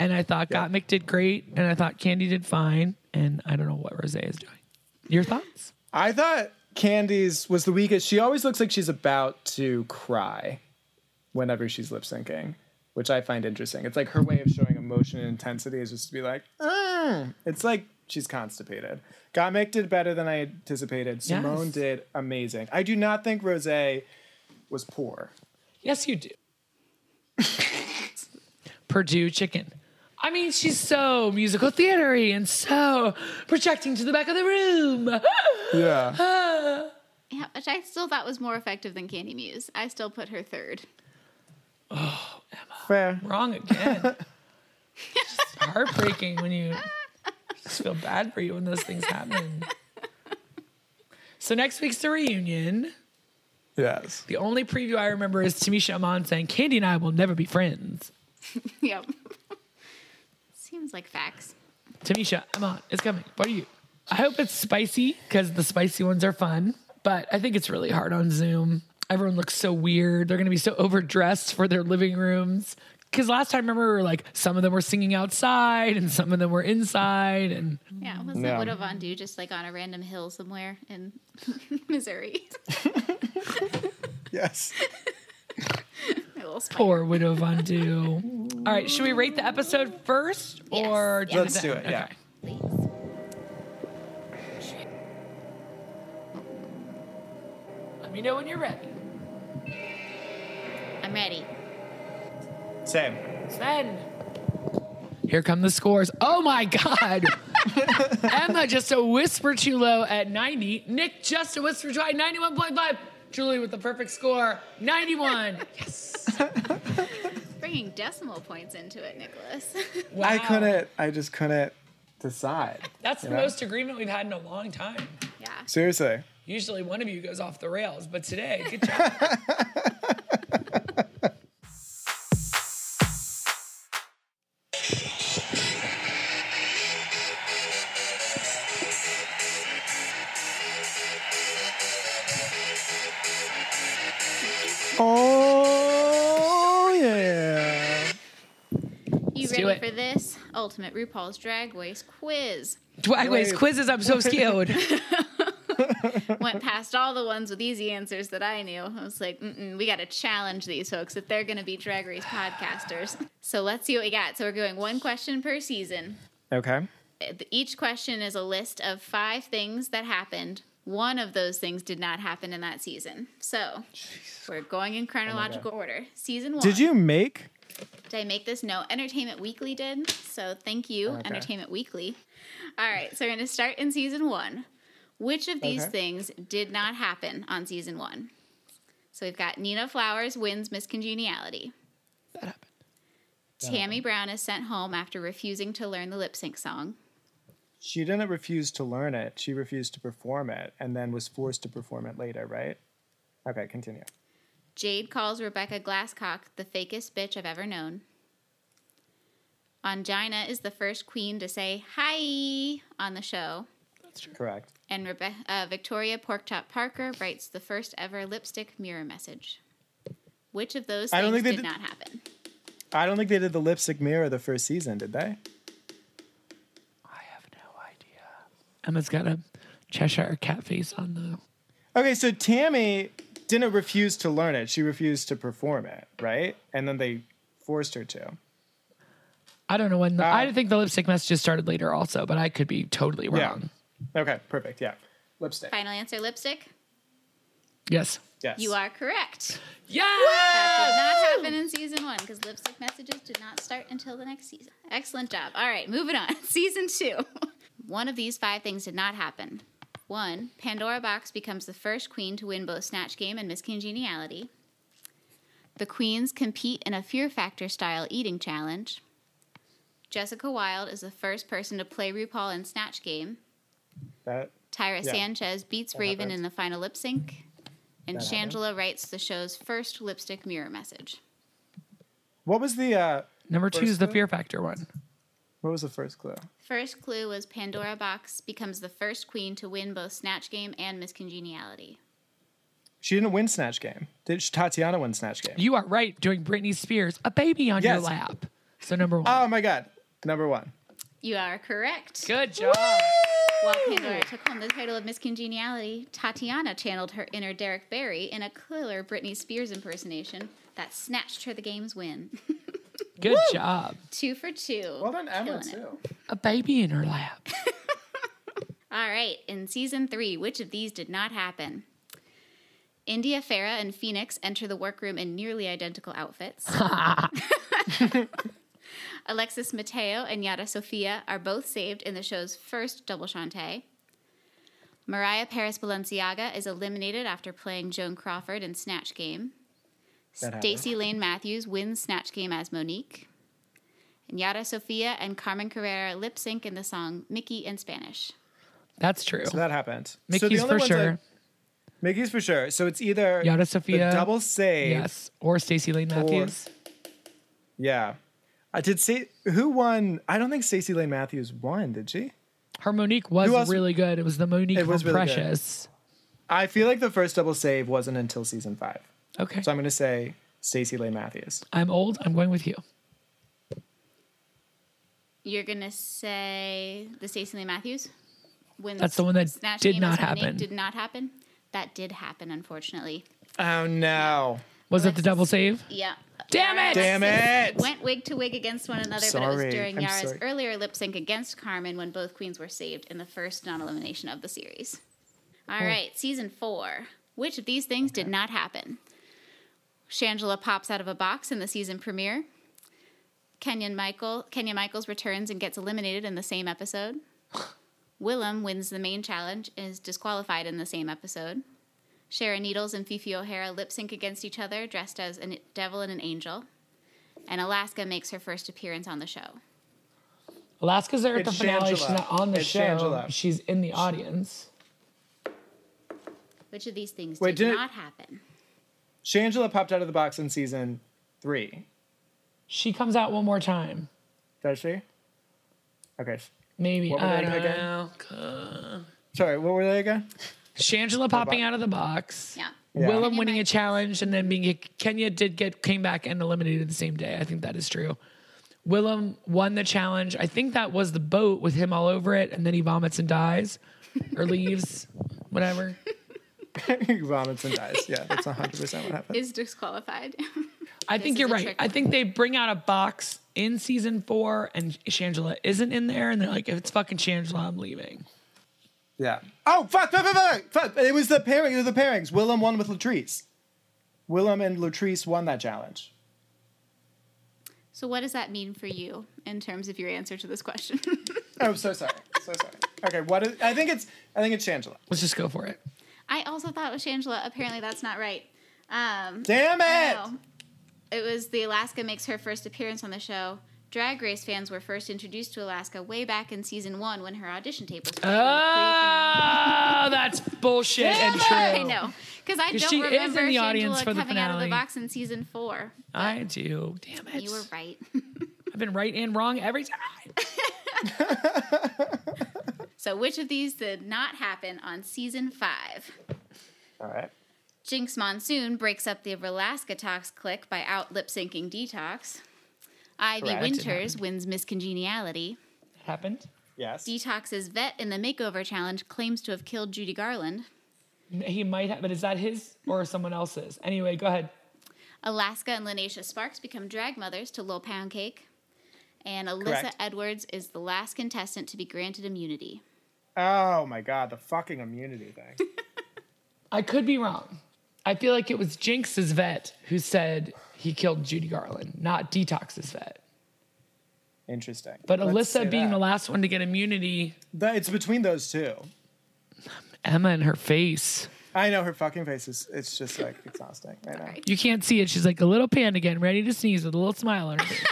Speaker 2: and I thought
Speaker 1: Yeah.
Speaker 2: Gottmik did great, and I thought Candy did fine, and I don't know what Rose is doing. Your thoughts?
Speaker 1: I thought Candy's was the weakest. She always looks like she's about to cry whenever she's lip syncing, which I find interesting. It's like her way of showing emotion and intensity is just to be like, "Mm." it's like she's constipated. Gottmik did better than I anticipated. Simone
Speaker 2: Yes.
Speaker 1: did amazing. I do not think Rose was poor.
Speaker 2: Yes, you do. Purdue chicken. I mean, she's so musical theatery and so projecting to the back of the room.
Speaker 1: Yeah.
Speaker 3: Yeah, which I still thought was more effective than Candy Muse. I still put her third.
Speaker 1: <gasps>
Speaker 3: <laughs>
Speaker 1: Fair.
Speaker 2: Wrong again. It's just heartbreaking when you just feel bad for you when those things happen. So next week's the reunion.
Speaker 1: Yes.
Speaker 2: The only preview I remember is Tamisha Amon saying, Candy and I will never be friends.
Speaker 3: yep. Seems like facts.
Speaker 2: Tamisha Amon is coming. What are you? I hope it's spicy because the spicy ones are fun, but I think it's really hard on Zoom. Everyone looks so weird. They're going to be so overdressed for their living rooms. Because last time, remember, we were like, some of them were singing outside and some of them were inside. And
Speaker 3: Yeah,
Speaker 1: Mm.
Speaker 3: wasn't
Speaker 1: Yeah.
Speaker 3: Widow Von Du just like on a random hill somewhere in <laughs> Missouri? <laughs>
Speaker 2: <laughs>
Speaker 1: Yes.
Speaker 3: a little spider.
Speaker 2: poor Widow Von Du. All right, should we rate the episode first
Speaker 3: Yes.
Speaker 2: or
Speaker 3: Yes.
Speaker 2: at
Speaker 1: Let's
Speaker 2: the
Speaker 1: do
Speaker 2: end?
Speaker 1: it, yeah.
Speaker 2: Okay.
Speaker 3: Please.
Speaker 2: Let me know when you're ready.
Speaker 3: I'm ready.
Speaker 1: Same.
Speaker 2: Sven. Here come the scores. Oh my God. Emma just a whisper too low at 90. Nick just a whisper too high, 91.5. Julie with the perfect score, 91. Yes.
Speaker 3: Bringing decimal points into it, Nicholas. <laughs>
Speaker 2: Wow.
Speaker 1: I couldn't. I just couldn't decide.
Speaker 2: That's the
Speaker 1: Yeah.
Speaker 2: most agreement we've had in a long time.
Speaker 3: yeah.
Speaker 1: Seriously.
Speaker 2: Usually one of you goes off the rails, but today, good job.
Speaker 1: Oh yeah.
Speaker 3: You
Speaker 2: Let's do
Speaker 3: ready
Speaker 2: it.
Speaker 3: for this? Ultimate RuPaul's Drag Race quiz.
Speaker 2: Dragways
Speaker 1: Wait.
Speaker 2: <laughs> quizzes, I'm so skewed. <laughs>
Speaker 3: went past all the ones with easy answers that I knew. I was like, Mm-mm, we got to challenge these folks if they're going to be Drag Race podcasters. So let's see what we got. So we're going one question per season.
Speaker 1: Okay.
Speaker 3: Uh, Each question is a list of five things that happened. One of those things did not happen in that season. So we're going in
Speaker 2: Oh
Speaker 3: chronological order. Season one.
Speaker 1: Did you make?
Speaker 3: Did I make this? No. Entertainment Weekly did. So thank you,
Speaker 1: Okay.
Speaker 3: Entertainment Weekly. All right. So we're going to start in season one. Which of these
Speaker 1: Okay.
Speaker 3: things did not happen on season one? So we've got Nina Flowers wins Miss Congeniality.
Speaker 2: That happened.
Speaker 3: Tammy Brown is sent home after refusing to learn the lip sync song.
Speaker 1: She didn't refuse to learn it. She refused to perform it, and then was forced to perform it later. Right? Okay. Continue.
Speaker 3: Jade calls Rebecca Glasscock the fakest bitch I've ever known. Angina is the first queen to say hi on the show.
Speaker 2: That's true.
Speaker 1: Correct.
Speaker 3: And Rebe- uh, Victoria Porkchop Parker writes the first ever lipstick mirror message. Which of those
Speaker 1: I
Speaker 3: things
Speaker 1: don't
Speaker 3: did,
Speaker 1: think they did-
Speaker 3: not happen?
Speaker 1: I don't think they did the lipstick mirror the first season, did they?
Speaker 2: I have no idea. Emma's got a Cheshire cat face on the.
Speaker 1: Okay, so Tammy didn't refuse to learn it. She refused to perform it, right? And then they forced her to.
Speaker 2: I don't know when. The,
Speaker 1: Uh,
Speaker 2: I think the lipstick messages started later also, but I could be totally wrong.
Speaker 1: Um. Yeah. Okay, perfect. Yeah. Lipstick.
Speaker 3: Final answer lipstick?
Speaker 2: Yes.
Speaker 1: Yes.
Speaker 3: You are correct.
Speaker 2: Yeah.
Speaker 3: That did not happen in season one because lipstick messages did not start until the next season. Excellent job. All right, moving on. <laughs> Season two. One of these five things did not happen. One, Pandora Box becomes the first queen to win both Snatch Game and Miss Congeniality. The queens compete in a Fear Factor style eating challenge. Jessica Wilde is the first person to play RuPaul in Snatch Game.
Speaker 1: That
Speaker 3: Tyra
Speaker 1: Yeah.
Speaker 3: Sanchez beats Raven
Speaker 1: happens.
Speaker 3: in the final lip sync. And
Speaker 1: That happens.
Speaker 3: Shangela writes the show's first lipstick mirror message.
Speaker 1: What was the uh
Speaker 2: Number two is the
Speaker 1: First
Speaker 2: Fear Factor one.
Speaker 1: what was the first clue?
Speaker 3: First clue was Pandora Box becomes the first queen to win both Snatch Game and Miss Congeniality.
Speaker 1: She didn't win Snatch Game. Did she, Tatiana win Snatch Game?
Speaker 2: You are right. Doing Britney Spears, a baby on your
Speaker 1: Yes.
Speaker 2: lap. So number one.
Speaker 1: Oh my god. Number 1.
Speaker 3: You are correct.
Speaker 2: Good job.
Speaker 3: While Pandora took home the title of Miss Congeniality, Tatiana channeled her inner Derek Barry in a killer Britney Spears impersonation that snatched her the game's win. <laughs>
Speaker 2: Good job.
Speaker 3: two for two.
Speaker 1: Well done, Emma
Speaker 3: Killing it.
Speaker 1: too.
Speaker 2: A baby in her lap.
Speaker 3: All right, in season three, which of these did not happen? India Farah and Phoenix enter the workroom in nearly identical
Speaker 1: <laughs>
Speaker 3: outfits. <laughs> Alexis Mateo and Yara Sofia are both saved in the show's first double chante. Mariah Paris Balenciaga is eliminated after playing Joan Crawford in Snatch Game.
Speaker 1: That happened.
Speaker 3: Stacey Lane Matthews wins Snatch Game as Monique. And Yara Sofia and Carmen Carrera lip sync in the song Mickey in Spanish.
Speaker 2: That's true.
Speaker 1: So that happened. so
Speaker 2: Mickey's for
Speaker 1: ones
Speaker 2: sure.
Speaker 1: that- Mickey's for sure. So it's either
Speaker 2: Yada
Speaker 1: the
Speaker 2: Sophia.
Speaker 1: double save.
Speaker 2: Yes. Or Stacey Lane Matthews.
Speaker 1: Yeah. I did see who won. I don't think Stacey Lane Matthews won, did she?
Speaker 2: Her Monique was
Speaker 1: Who else-
Speaker 2: really good. It was the Monique
Speaker 1: It was
Speaker 2: from
Speaker 1: really good.
Speaker 2: Precious.
Speaker 1: I feel like the first double save wasn't until season 5.
Speaker 2: Okay.
Speaker 1: So I'm going to say Stacey Lane Matthews.
Speaker 2: I'm old. I'm going with you.
Speaker 3: You're gonna say the Stacey Lee Matthews? When
Speaker 2: That's the one that
Speaker 3: Snatch
Speaker 2: did
Speaker 3: Game
Speaker 2: not
Speaker 3: was nominated-
Speaker 2: happen.
Speaker 3: Did not happen. That did happen, unfortunately.
Speaker 1: Oh no.
Speaker 2: Was it the double save?
Speaker 3: Yeah.
Speaker 2: Damn
Speaker 3: Yara
Speaker 2: it!
Speaker 1: Damn
Speaker 3: Alexis
Speaker 1: it!
Speaker 3: Went wig to wig against one another, but it
Speaker 1: sorry.
Speaker 3: was during
Speaker 1: I'm
Speaker 3: Yara's
Speaker 1: sorry.
Speaker 3: earlier lip sync against Carmen when both queens were saved in the first non-elimination of the series.
Speaker 1: Oh.
Speaker 3: All right, season four. Which of these things did not happen? Shangela pops out of a box in the season premiere. Kenyon Michael Kenya Michaels returns and gets eliminated in the same episode.
Speaker 1: <laughs>
Speaker 3: Willem wins the main challenge and is disqualified in the same episode. Sharon Needles and Fifi O'Hara lip sync against each other, dressed as a devil and an angel. And Alaska makes her first appearance on the show.
Speaker 2: Alaska's there at
Speaker 1: It's
Speaker 2: the finale. She's
Speaker 1: Shangela.
Speaker 2: not on the
Speaker 1: It's
Speaker 2: show.
Speaker 1: Shangela.
Speaker 2: Oh, She's in the audience.
Speaker 3: Which of these things
Speaker 1: Wait,
Speaker 3: did
Speaker 1: didn't-
Speaker 3: not happen?
Speaker 1: Shangela popped out of the box in season 3.
Speaker 2: She comes out one more time.
Speaker 1: Does she? Okay.
Speaker 2: Maybe.
Speaker 1: What were
Speaker 2: I
Speaker 1: they
Speaker 2: don't
Speaker 1: again?
Speaker 2: know.
Speaker 1: Sorry, what were they again?
Speaker 2: Shangela popping out of the box.
Speaker 3: Yeah.
Speaker 1: Yeah.
Speaker 2: Willem
Speaker 3: Kenya
Speaker 2: winning a
Speaker 3: Michaels.
Speaker 2: challenge and then being Kenya did get came back and eliminated the same day. I think that is true. Willem won the challenge. I think that was
Speaker 3: <laughs>
Speaker 2: the boat with him all over it, and then he vomits and dies or leaves, whatever.
Speaker 1: he <laughs> vomits and dies. Yeah, that's 100 percent what happened.
Speaker 3: is disqualified. <laughs>
Speaker 2: I think
Speaker 3: is
Speaker 2: you're
Speaker 3: a
Speaker 2: right.
Speaker 3: trick
Speaker 2: I think they bring out a box in season four, and Shangela isn't in there, and they're like, "If it's fucking Shangela, I'm leaving."
Speaker 1: Yeah. Oh fuck! Fuck! Fuck! Fuck! fuck. It was the pairing. It was the pairings. Willem won with Latrice. Willem and Latrice won that challenge.
Speaker 3: so, what does that mean for you in terms of your answer to this question? <laughs>
Speaker 1: Oh, so sorry. So sorry. Okay. What is? I think it's. I think it's Shangela.
Speaker 2: Let's just go for it.
Speaker 3: I also thought it was Shangela. Apparently, that's not right. Um,
Speaker 1: Damn
Speaker 3: I
Speaker 1: it!
Speaker 3: know. It was the Alaska makes her first appearance on the show. Drag Race fans were first introduced to Alaska way back in season one when her audition tape was. played.
Speaker 2: Oh, that's bullshit and true.
Speaker 3: <laughs> I know, because I
Speaker 2: 'Cause
Speaker 3: don't
Speaker 2: she is
Speaker 3: remember
Speaker 2: in the audience
Speaker 3: Shangela
Speaker 2: for the
Speaker 3: coming out of the
Speaker 2: finale.
Speaker 3: box in season four.
Speaker 2: I do. Damn it.
Speaker 3: You were right.
Speaker 2: I've been right and wrong every time.
Speaker 3: so, which of these did not happen on season five?
Speaker 1: All right.
Speaker 3: Jinx Monsoon breaks up the Alaska Talks clique by out lip syncing Detox. Ivy
Speaker 1: Correct.
Speaker 3: Winters wins Miss Congeniality.
Speaker 2: Happened.
Speaker 1: Yes.
Speaker 3: Detox's vet in the makeover challenge claims to have killed Judy Garland.
Speaker 2: He might have, but is that his or someone else's? Anyway, go ahead.
Speaker 3: Alaska and Linacia Sparks become drag mothers to Lil Pound Cake. And Alyssa
Speaker 1: Correct.
Speaker 3: Edwards is the last contestant to be granted immunity.
Speaker 1: Oh my god, the fucking immunity thing.
Speaker 3: <laughs>
Speaker 2: I could be wrong. I feel like it was Jinx's vet who said he killed Judy Garland, not Detox's vet.
Speaker 1: Interesting.
Speaker 2: But
Speaker 1: Let's say
Speaker 2: Alyssa being
Speaker 1: that.
Speaker 2: the last one to get immunity,
Speaker 1: That- it's between those two.
Speaker 2: Emma in her face.
Speaker 1: I know her fucking face is. It's just like exhausting right now.
Speaker 2: You can't see it. She's like a little pan again, ready to sneeze with a little smile on her
Speaker 1: <laughs>
Speaker 2: face.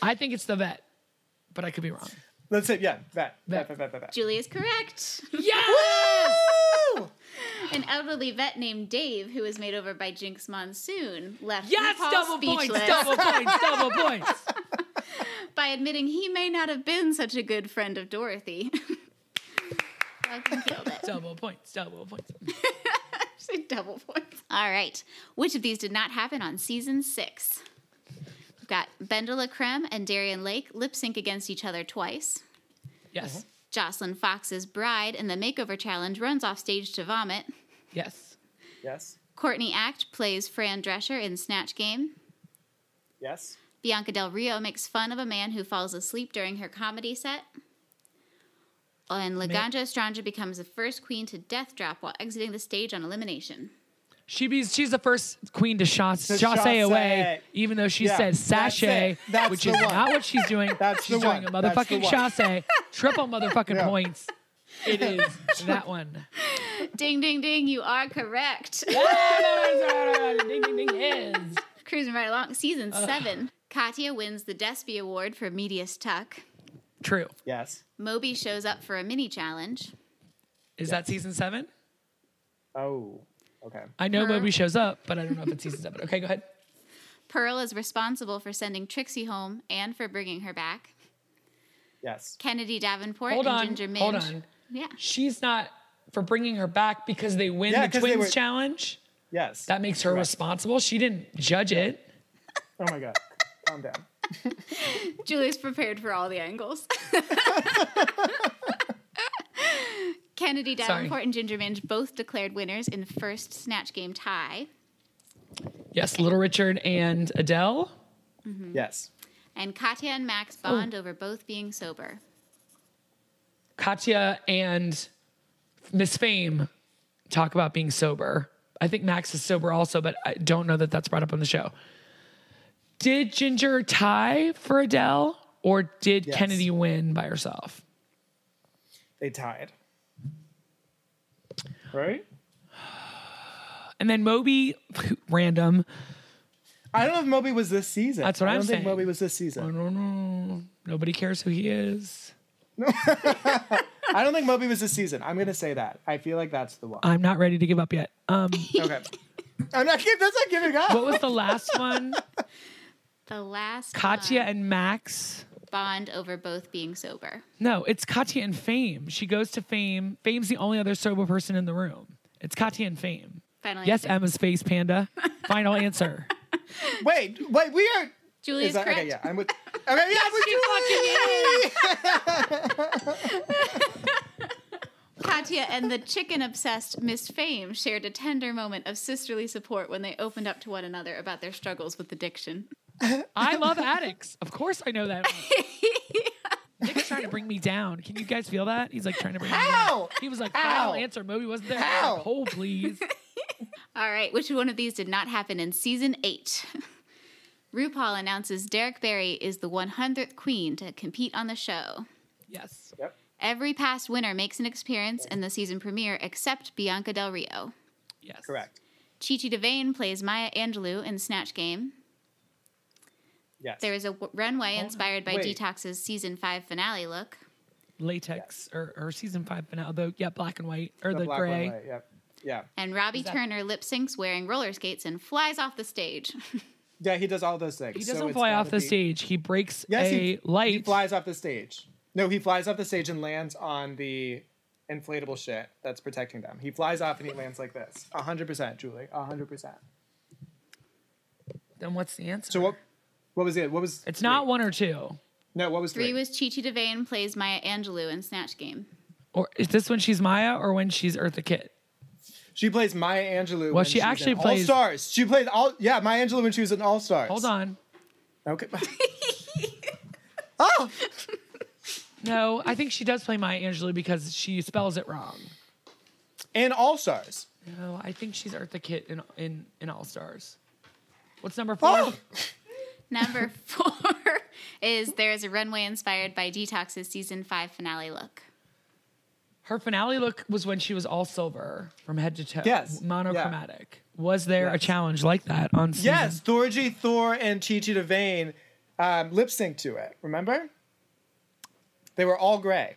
Speaker 2: I think it's the vet, but I could be wrong.
Speaker 1: Let's say yeah. That. That.
Speaker 2: That.
Speaker 1: That. That. that, that.
Speaker 3: Julie is correct.
Speaker 2: Yes!
Speaker 1: Woo!
Speaker 3: <laughs> An elderly vet named Dave, who was made over by Jinx Monsoon, left
Speaker 2: Yes,
Speaker 3: RuPaul
Speaker 2: double
Speaker 3: speechless
Speaker 2: points, double points, double points.
Speaker 3: by admitting he may not have been such a good friend of Dorothy. <laughs> Fucking killed it.
Speaker 2: Double points, double points.
Speaker 3: <laughs> Say double points. All right. Which of these did not happen on season six? We've got Bendela Krem and Darian Lake lip sync against each other twice.
Speaker 2: Yes.
Speaker 1: Uh-huh.
Speaker 3: Jocelyn Fox's bride in the makeover challenge runs off stage to vomit.
Speaker 2: Yes.
Speaker 1: Yes.
Speaker 3: Courtney Act plays Fran Drescher in Snatch Game.
Speaker 1: Yes.
Speaker 3: Bianca Del Rio makes fun of a man who falls asleep during her comedy set. And Laganja Estranja becomes the first queen to death drop while exiting the stage on elimination.
Speaker 2: She be, she's the first queen to chasse,
Speaker 1: To
Speaker 2: chasse
Speaker 1: chasse.
Speaker 2: away, even though she
Speaker 1: Yeah,
Speaker 2: says
Speaker 1: that's
Speaker 2: sachet,
Speaker 1: it. That's
Speaker 2: which
Speaker 1: the
Speaker 2: is
Speaker 1: one.
Speaker 2: not what she's doing.
Speaker 1: That's
Speaker 2: she's
Speaker 1: the
Speaker 2: doing
Speaker 1: one.
Speaker 2: a
Speaker 1: That's the
Speaker 2: motherfucking
Speaker 1: one.
Speaker 2: chasse, triple motherfucking
Speaker 1: Yeah.
Speaker 2: points. It <laughs> is that one.
Speaker 3: Ding, ding, ding, you are correct.
Speaker 2: ding, ding, ding, yes.
Speaker 3: <laughs> Cruising right along. Season seven. Katya wins the Despy Award for Medius Tuck.
Speaker 2: True.
Speaker 1: Yes.
Speaker 3: Moby shows up for a mini challenge.
Speaker 2: Is that season seven?
Speaker 1: Oh. Okay.
Speaker 2: I know
Speaker 3: Her.
Speaker 2: Moby shows up, but I don't know if it's season seven. Okay, go ahead.
Speaker 3: Pearl is responsible for sending Trixie home and for bringing her back.
Speaker 1: Yes.
Speaker 3: Kennedy Davenport
Speaker 2: Hold
Speaker 3: and
Speaker 2: on,
Speaker 3: Ginger Minge.
Speaker 2: hold on.
Speaker 3: Yeah.
Speaker 2: She's not for bringing her back because they win
Speaker 1: Yeah,
Speaker 2: the
Speaker 1: 'cause they
Speaker 2: twins
Speaker 1: were-
Speaker 2: challenge.
Speaker 1: Yes.
Speaker 2: That makes her
Speaker 1: Correct.
Speaker 2: responsible. She didn't judge it.
Speaker 1: Oh my god. Calm down.
Speaker 3: Julie's prepared for all
Speaker 2: <laughs>
Speaker 3: the angles. Kennedy
Speaker 2: Sorry.
Speaker 3: Davenport and Ginger Minge both declared winners in first snatch game tie,
Speaker 2: Yes, Little Richard and Adele.
Speaker 3: Mm-hmm.
Speaker 1: Yes.
Speaker 3: and Katya and Max
Speaker 2: Oh.
Speaker 3: bond over both being sober.
Speaker 2: Katya and Miss Fame talk about being sober. I think Max is sober also, but I don't know that that's brought up on the show. Did Ginger tie for Adele or did
Speaker 1: Yes.
Speaker 2: Kennedy win by herself?
Speaker 1: They tied. Right?
Speaker 2: And then Moby, <laughs> random.
Speaker 1: I don't know if Moby was this season.
Speaker 2: That's what
Speaker 1: I
Speaker 2: I'm
Speaker 1: don't think
Speaker 2: saying. Oh,
Speaker 1: Moby was this
Speaker 2: I
Speaker 1: season.
Speaker 2: don't know. Nobody cares who he is.
Speaker 1: I don't think Moby was this season. I'm gonna say that. I feel like that's
Speaker 3: <laughs>
Speaker 1: the one.
Speaker 2: I'm not ready to give up yet. Um,
Speaker 1: Okay. I'm not giving. That's not giving up.
Speaker 2: what was the last <laughs> one?
Speaker 3: The last
Speaker 2: Katya
Speaker 3: one,
Speaker 2: and Max.
Speaker 3: bond over both being sober.
Speaker 2: No, it's Katya and Fame. She goes to Fame. Fame's the only other sober person in the room. It's Katya and Fame.
Speaker 3: Finally,
Speaker 2: Yes, Emma's face, Panda. Final answer.
Speaker 1: Wait. Wait. We are.
Speaker 3: Julie is,
Speaker 1: that-
Speaker 3: correct.
Speaker 1: okay? Yeah. I'm with. Okay. Yeah. I'm
Speaker 3: <laughs>
Speaker 1: with you.
Speaker 2: Fucking
Speaker 3: Katya and the chicken obsessed Miss Fame shared a tender moment of sisterly support when they opened up to one another about their struggles with addiction.
Speaker 2: I love addicts. Of course I know that. Nick's trying to bring me down. Can you guys feel that? He's like trying to bring me <laughs> down. He was like, fine, I'll
Speaker 4: Ow!
Speaker 2: answer. Moby wasn't there. I was like,
Speaker 4: Ow!
Speaker 2: Hold, please.
Speaker 3: All right, which one of these did not happen in season eight? <laughs> RuPaul announces Derek Barry is the 100th queen to compete on the show.
Speaker 2: Yes.
Speaker 3: Every past winner makes an appearance in the season premiere except Bianca Del Rio.
Speaker 2: Yes.
Speaker 1: Correct.
Speaker 3: Chichi Devane plays Maya Angelou in Snatch Game.
Speaker 1: Yes.
Speaker 3: There is a w- runway inspired by
Speaker 1: Wait.
Speaker 3: Detox's season five finale look.
Speaker 2: Latex or, or season five finale. Though, yeah, black and white or the,
Speaker 1: black one,
Speaker 2: gray.
Speaker 1: right, Yep. Yeah.
Speaker 3: And Robbie
Speaker 2: that-
Speaker 3: Turner lip syncs wearing roller skates and flies off the stage.
Speaker 1: Yeah, he does all those things.
Speaker 2: He
Speaker 1: so
Speaker 2: doesn't
Speaker 1: it's
Speaker 2: fly off
Speaker 1: gotta
Speaker 2: the
Speaker 1: be-
Speaker 2: stage. He breaks
Speaker 1: Yes,
Speaker 2: a
Speaker 1: he,
Speaker 2: light.
Speaker 1: he flies off the stage. No, he flies off the stage and lands on the inflatable shit that's protecting them. He flies off and he lands like this. 100%, Julie. 100%.
Speaker 2: Then what's the answer?
Speaker 1: So what what was it? What was
Speaker 2: It's not one or two.
Speaker 1: No, what was
Speaker 3: Three
Speaker 1: three?
Speaker 3: was Chichi Devane plays Maya Angelou in Snatch Game.
Speaker 2: Or is this when she's Maya or when she's Eartha Kitt?
Speaker 1: she plays Maya Angelou.
Speaker 2: Well, she actually
Speaker 1: All
Speaker 2: plays-
Speaker 1: Stars. She played all. Yeah, Maya Angelou when she was in All Stars.
Speaker 2: Hold on.
Speaker 1: Okay. oh,
Speaker 2: No, I think she does play Maya Angelou because she spells it wrong.
Speaker 1: and All Stars.
Speaker 2: No, I think she's Eartha Kitt in in, in All Stars. What's number four?
Speaker 1: Oh,
Speaker 3: Number <laughs> four is there is a runway inspired by Detox's season five finale look.
Speaker 2: Her finale look was when she was all silver from head to toe.
Speaker 1: Yes.
Speaker 2: Monochromatic. Was there a
Speaker 1: Yes.
Speaker 2: challenge like that on season?
Speaker 1: yes, Thorgy Thor and Chi Chi Devane um, lip sync to it. Remember? They were all gray.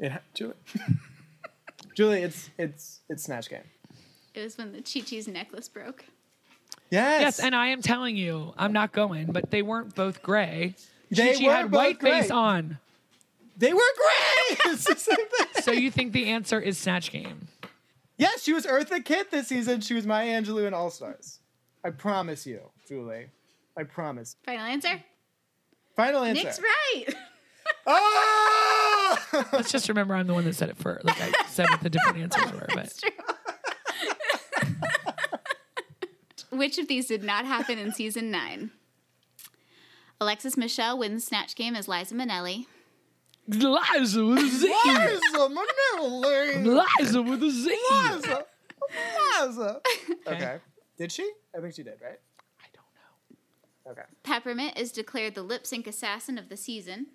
Speaker 1: It, ha- Julie. <laughs> Julie, it's it's it's Snatch Game.
Speaker 3: It was when the Chi Chi's necklace broke.
Speaker 1: Yes.
Speaker 2: Yes, and I am telling you, I'm not going, but they weren't both gray.
Speaker 1: They
Speaker 2: Chi-Chi
Speaker 1: were
Speaker 2: had
Speaker 1: both
Speaker 2: white face
Speaker 1: gray.
Speaker 2: on.
Speaker 1: they were gray. <laughs> it's the same thing.
Speaker 2: So you think the answer is Snatch Game?
Speaker 1: Yes, she was Eartha Kitt this season. She was Maya Angelou in All Stars. I promise you, Julie. I promise.
Speaker 3: Final answer?
Speaker 1: Final answer.
Speaker 3: Nick's right. <laughs>
Speaker 2: <laughs>
Speaker 1: Oh!
Speaker 2: Let's just remember I'm the one that said it first.
Speaker 1: <laughs>
Speaker 2: Like I said what the different answers were, but
Speaker 3: Which of these did not happen in season nine? Alexis Michelle wins Snatch Game as Liza Minnelli.
Speaker 2: Liza with a Z.
Speaker 1: Liza Minnelli.
Speaker 2: Liza with a Z. I don't know.
Speaker 1: Liza. Liza. Okay. Did she? I think she did, right? Okay.
Speaker 3: Peppermint is declared the lip sync assassin of the season.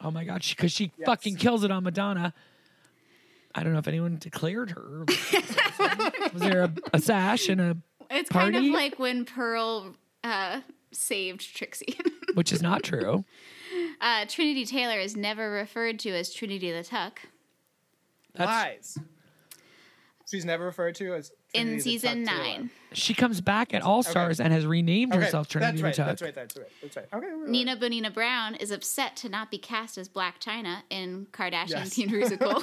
Speaker 2: Oh my god, because she, fucking kills it on Madonna. I don't know if anyone
Speaker 1: <laughs>
Speaker 2: declared her. Was there a, a sash and a
Speaker 3: It's kind
Speaker 2: Party?
Speaker 3: of like when Pearl uh, saved Trixie. <laughs>
Speaker 2: which is not true.
Speaker 3: uh, Trinity Taylor is never referred to as Trinity the Tuck.
Speaker 2: That's
Speaker 1: Lies. She's never referred to as Trinity
Speaker 3: in
Speaker 1: the
Speaker 3: season
Speaker 1: Tuck Taylor.
Speaker 3: nine.
Speaker 2: She comes back at All Stars and has renamed
Speaker 1: Okay,
Speaker 2: herself Trinity
Speaker 1: that's right,
Speaker 2: Tuck.
Speaker 1: that's right. That's right. That's right. Okay. we're-
Speaker 3: Nina Bonina Brown is upset to not be cast as Black China in Kardashian
Speaker 1: Yes. <laughs>
Speaker 3: Teen Musical.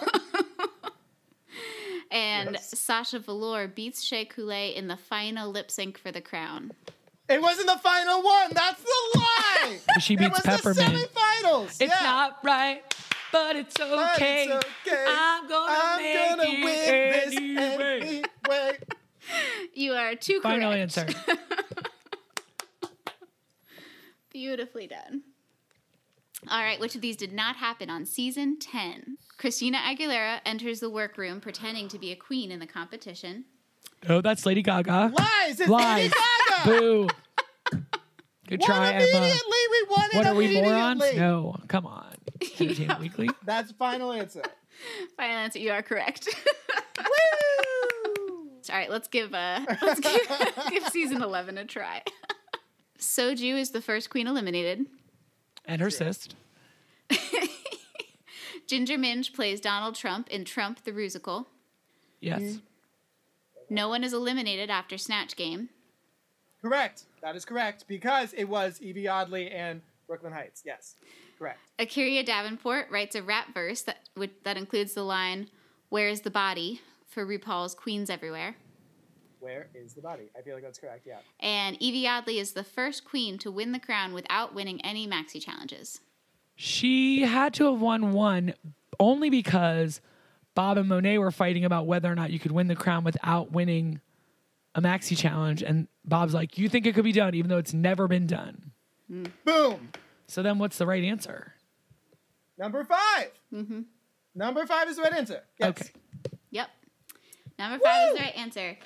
Speaker 3: and
Speaker 1: Yes.
Speaker 3: Sasha Velour beats Shea Coulee in the final lip sync for the crown.
Speaker 1: It wasn't the final one. That's the lie.
Speaker 2: <laughs> She
Speaker 1: it
Speaker 2: beats
Speaker 1: was
Speaker 2: Peppermint.
Speaker 1: the semifinals.
Speaker 2: It's
Speaker 1: yeah.
Speaker 2: not right, but it's okay.
Speaker 1: But it's okay.
Speaker 2: I'm gonna make
Speaker 1: I'm gonna
Speaker 2: it
Speaker 1: win this
Speaker 2: anyway.
Speaker 1: anyway.
Speaker 3: You are too correct.
Speaker 2: Final answer.
Speaker 3: Beautifully done. All right, which of these did not happen on season 10? Christina Aguilera enters the workroom pretending to be a queen in the competition.
Speaker 2: No, Oh, that's Lady Gaga.
Speaker 1: Lies. It's
Speaker 2: Lies.
Speaker 1: Lady Gaga.
Speaker 2: Boo. Good
Speaker 1: Won
Speaker 2: try,
Speaker 1: immediately.
Speaker 2: Emma.
Speaker 1: We won it
Speaker 2: What are we
Speaker 1: immediately.
Speaker 2: morons? No, come on. Entertainment Weekly.
Speaker 1: That's the final answer.
Speaker 3: Final answer, you are correct. <laughs>
Speaker 1: Woo!
Speaker 3: All right, let's give uh, let's give, <laughs> give season eleven a try. <laughs> Soju is the first queen eliminated.
Speaker 2: And her cyst.
Speaker 3: Ginger Minge plays Donald Trump in Trump the Rusical.
Speaker 2: Yes.
Speaker 3: No one is eliminated after Snatch Game.
Speaker 1: Correct. That is correct because it was Evie Oddly and Brooklyn Heights. Yes. Correct.
Speaker 3: Akiria Davenport writes a rap verse that which, that includes the line "Where's the body?" for RuPaul's Queens Everywhere.
Speaker 1: Where is the body? I feel like that's correct. Yeah.
Speaker 3: And Evie Oddly is the first queen to win the crown without winning any maxi challenges.
Speaker 2: She had to have won one only because Bob and Monet were fighting about whether or not you could win the crown without winning a maxi challenge. And Bob's like, You think it could be done, even though it's never been done.
Speaker 5: Boom.
Speaker 2: So then what's the right answer?
Speaker 5: Number 5 Number five is the right answer. Yes.
Speaker 2: Mm-hmm. Okay.
Speaker 3: Yep. Number five is
Speaker 5: Woo!
Speaker 3: the right answer.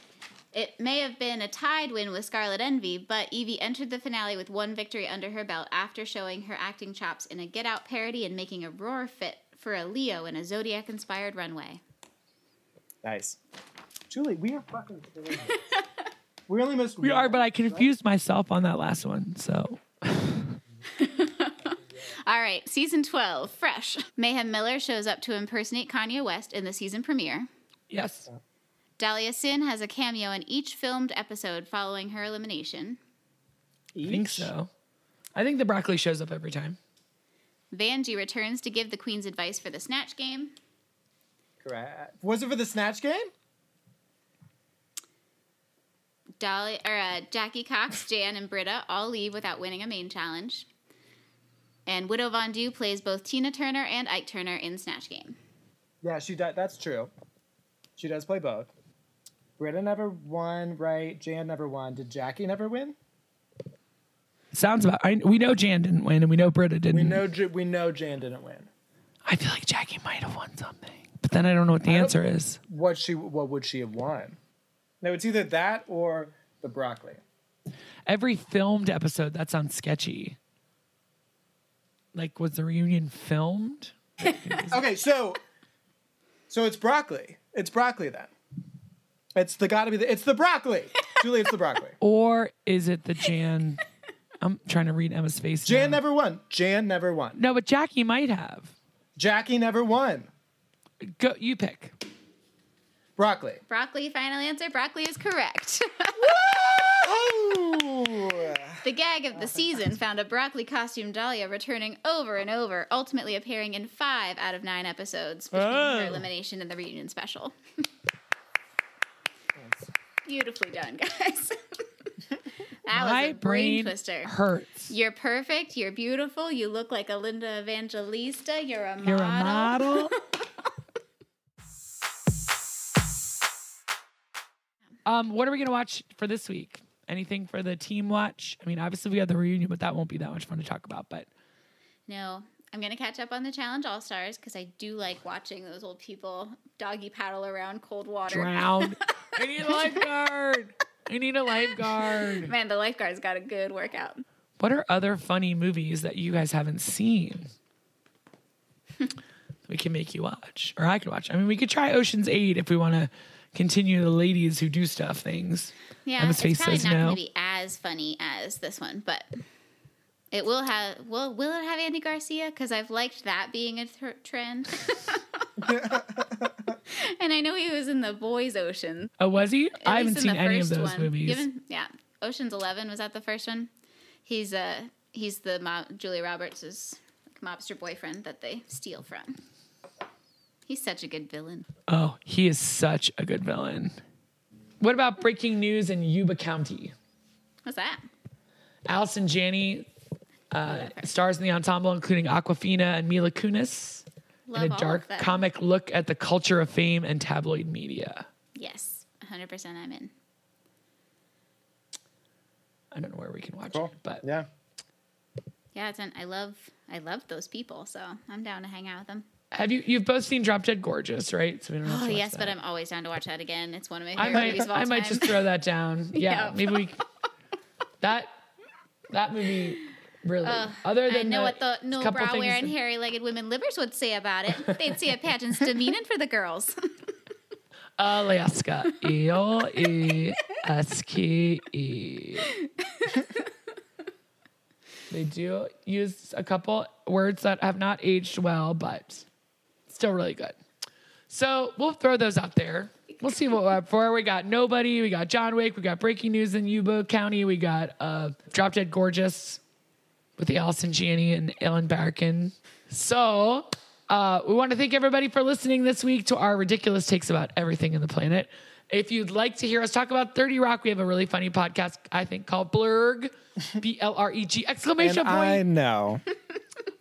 Speaker 3: It may have been a tied win with Scarlet Envy, but Evie entered the finale with one victory under her belt after showing her acting chops in a Get Out parody and making a roar fit for a Leo in a Zodiac inspired runway.
Speaker 5: Nice. Julie, we are fucking killing
Speaker 2: <laughs>
Speaker 5: it. We only missed
Speaker 2: We
Speaker 5: one.
Speaker 2: are, but I confused myself on that last one. So
Speaker 3: All right, season 12, fresh. Mayhem Miller shows up to impersonate Kanye West in the season premiere.
Speaker 2: yes.
Speaker 3: Dahlia Sin has a cameo in each filmed episode following her elimination.
Speaker 2: I think
Speaker 5: Each.
Speaker 2: so. I think the broccoli shows up every time.
Speaker 3: Vanjie returns to give the Queen's advice for the Snatch game.
Speaker 5: Correct. Was it for the snatch game?
Speaker 3: Dolly or uh, Jackie Cox, Jan, and Britta all leave without winning a main challenge. And Widow Von Du plays both Tina Turner and Ike Turner in Snatch Game.
Speaker 5: Yeah, she does. That's true. She does play both. Britta never won, right? Jan never won. Did Jackie never win?
Speaker 2: Sounds about. I, we know Jan didn't win, and we know Britta didn't.
Speaker 5: We know. J- we know Jan didn't win.
Speaker 2: I feel like Jackie might have won something, but then I don't know what the
Speaker 5: don't-
Speaker 2: answer is.
Speaker 5: What she? What would she have won? No, it's either that or the broccoli.
Speaker 2: Every filmed episode that sounds sketchy. Like, was the reunion filmed?
Speaker 5: Okay, so, so it's broccoli. It's broccoli then. It's the gotta be the. It's the <laughs> broccoli. Julie, it's the broccoli.
Speaker 2: Or is it the <laughs> Jan? I'm trying to read Emma's face.
Speaker 5: Jan
Speaker 2: now.
Speaker 5: never won. Jan never won.
Speaker 2: No, but Jackie might have.
Speaker 5: Jackie never won.
Speaker 2: Go, you pick.
Speaker 5: Broccoli.
Speaker 3: Broccoli, final answer. Broccoli is correct. <laughs> the gag of the season found a broccoli costume Dahlia returning over and over, ultimately appearing in five out of nine episodes between her
Speaker 2: Oh.
Speaker 3: elimination and the reunion special. <laughs> Beautifully done, guys. <laughs> that
Speaker 2: My
Speaker 3: was a brain twister.
Speaker 2: hurts.
Speaker 3: You're perfect. You're beautiful. You look like a Linda Evangelista. You're a model.
Speaker 2: You're a model. <laughs> um, what are we gonna watch for this week? Anything for the team watch? I mean, obviously we have the reunion, but that won't be that much fun to talk about. But
Speaker 3: No, I'm gonna catch up on the Challenge All Stars because I do like watching those old people doggy paddle around cold water.
Speaker 2: drown. I need a lifeguard. I need a lifeguard.
Speaker 3: Man, the lifeguard's got a good workout.
Speaker 2: What are other funny movies that you guys haven't seen? we can make you watch, or I could watch. I mean, we could try Ocean's Eight if we want to continue the ladies who do stuff things.
Speaker 3: Yeah,
Speaker 2: Emma's
Speaker 3: it's
Speaker 2: face
Speaker 3: probably
Speaker 2: says
Speaker 3: not
Speaker 2: no.
Speaker 3: gonna be as funny as this one, but it will have. Will will it have Andy Garcia? Because I've liked that being a thr
Speaker 2: <laughs>
Speaker 3: trend. <laughs> and I know he was in the Boys Ocean,
Speaker 2: Oh, was he?
Speaker 3: At
Speaker 2: I
Speaker 3: least
Speaker 2: haven't
Speaker 3: in
Speaker 2: seen
Speaker 3: the
Speaker 2: any of
Speaker 3: first
Speaker 2: those
Speaker 3: one.
Speaker 2: movies.
Speaker 3: Given- yeah, Ocean's Eleven was that the first one? He's uh he's the mob, Julia Roberts' mobster boyfriend that they steal from. He's such a good villain.
Speaker 2: Oh, he is such a good villain. What about breaking news in Yuba County?
Speaker 3: What's that?
Speaker 2: Allison Janney uh, stars in the ensemble, including Aquafina and Mila Kunis,
Speaker 3: Love
Speaker 2: in a
Speaker 3: all of
Speaker 2: dark
Speaker 3: them.
Speaker 2: comic look at the culture of fame and tabloid media.
Speaker 3: Yes, hundred percent. I'm in.
Speaker 2: I don't know where we can watch it, but
Speaker 5: Yeah.
Speaker 3: Yeah, it's an, I love I love those people, so I'm down to hang out with them.
Speaker 2: have you? You've both seen Drop Dead Gorgeous, right? So we don't have to
Speaker 3: Oh
Speaker 2: watch
Speaker 3: yes, but
Speaker 2: that.
Speaker 3: I'm always down to watch that again. It's one of my
Speaker 2: I
Speaker 3: favorite movies
Speaker 2: might,
Speaker 3: of all
Speaker 2: I
Speaker 3: time.
Speaker 2: might just throw that down. Yeah,
Speaker 3: <laughs> Yeah.
Speaker 2: maybe we. That that movie really. other
Speaker 3: I
Speaker 2: than
Speaker 3: know
Speaker 2: the
Speaker 3: what the no
Speaker 2: couple
Speaker 3: bra
Speaker 2: things
Speaker 3: wearing,
Speaker 2: that-
Speaker 3: hairy-legged women livers would say
Speaker 2: <laughs>
Speaker 3: about it. They'd say a pageant's demeaning for the girls.
Speaker 2: Alaska. E O E S K E. They do use a couple words that have not aged well, but still really good. So we'll throw those out there. We'll see what we have for. We got Nobody, we got John Wick, we got Breaking News in Yuba County, we got uh, Drop Dead Gorgeous with the Allison Janney and Ellen Barkin. So uh, we want to thank everybody for listening this week to our ridiculous takes about everything in the planet. If you'd like to hear us talk about 30 Rock, we have a really funny podcast, I think, called Blurg, B L R E G, exclamation point.
Speaker 5: know.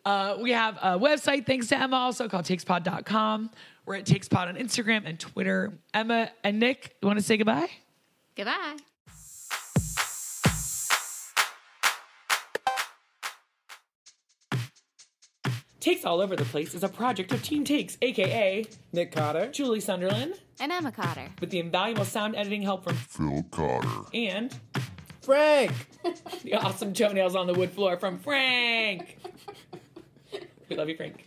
Speaker 2: Uh, we have a website, thanks to Emma, also called takespod.com. We're at Takes Pod on Instagram and Twitter. Emma and Nick, you want to say goodbye?
Speaker 3: Goodbye.
Speaker 2: Takes All Over the Place is a project of Team Takes, aka
Speaker 5: Nick Cotter.
Speaker 2: Julie Sunderland,
Speaker 3: And Emma Cotter.
Speaker 2: with the invaluable sound editing help from
Speaker 6: Phil Cotter.
Speaker 2: and
Speaker 5: Frank.
Speaker 2: <laughs> the awesome toenails on the wood floor from Frank. we love you, Frank.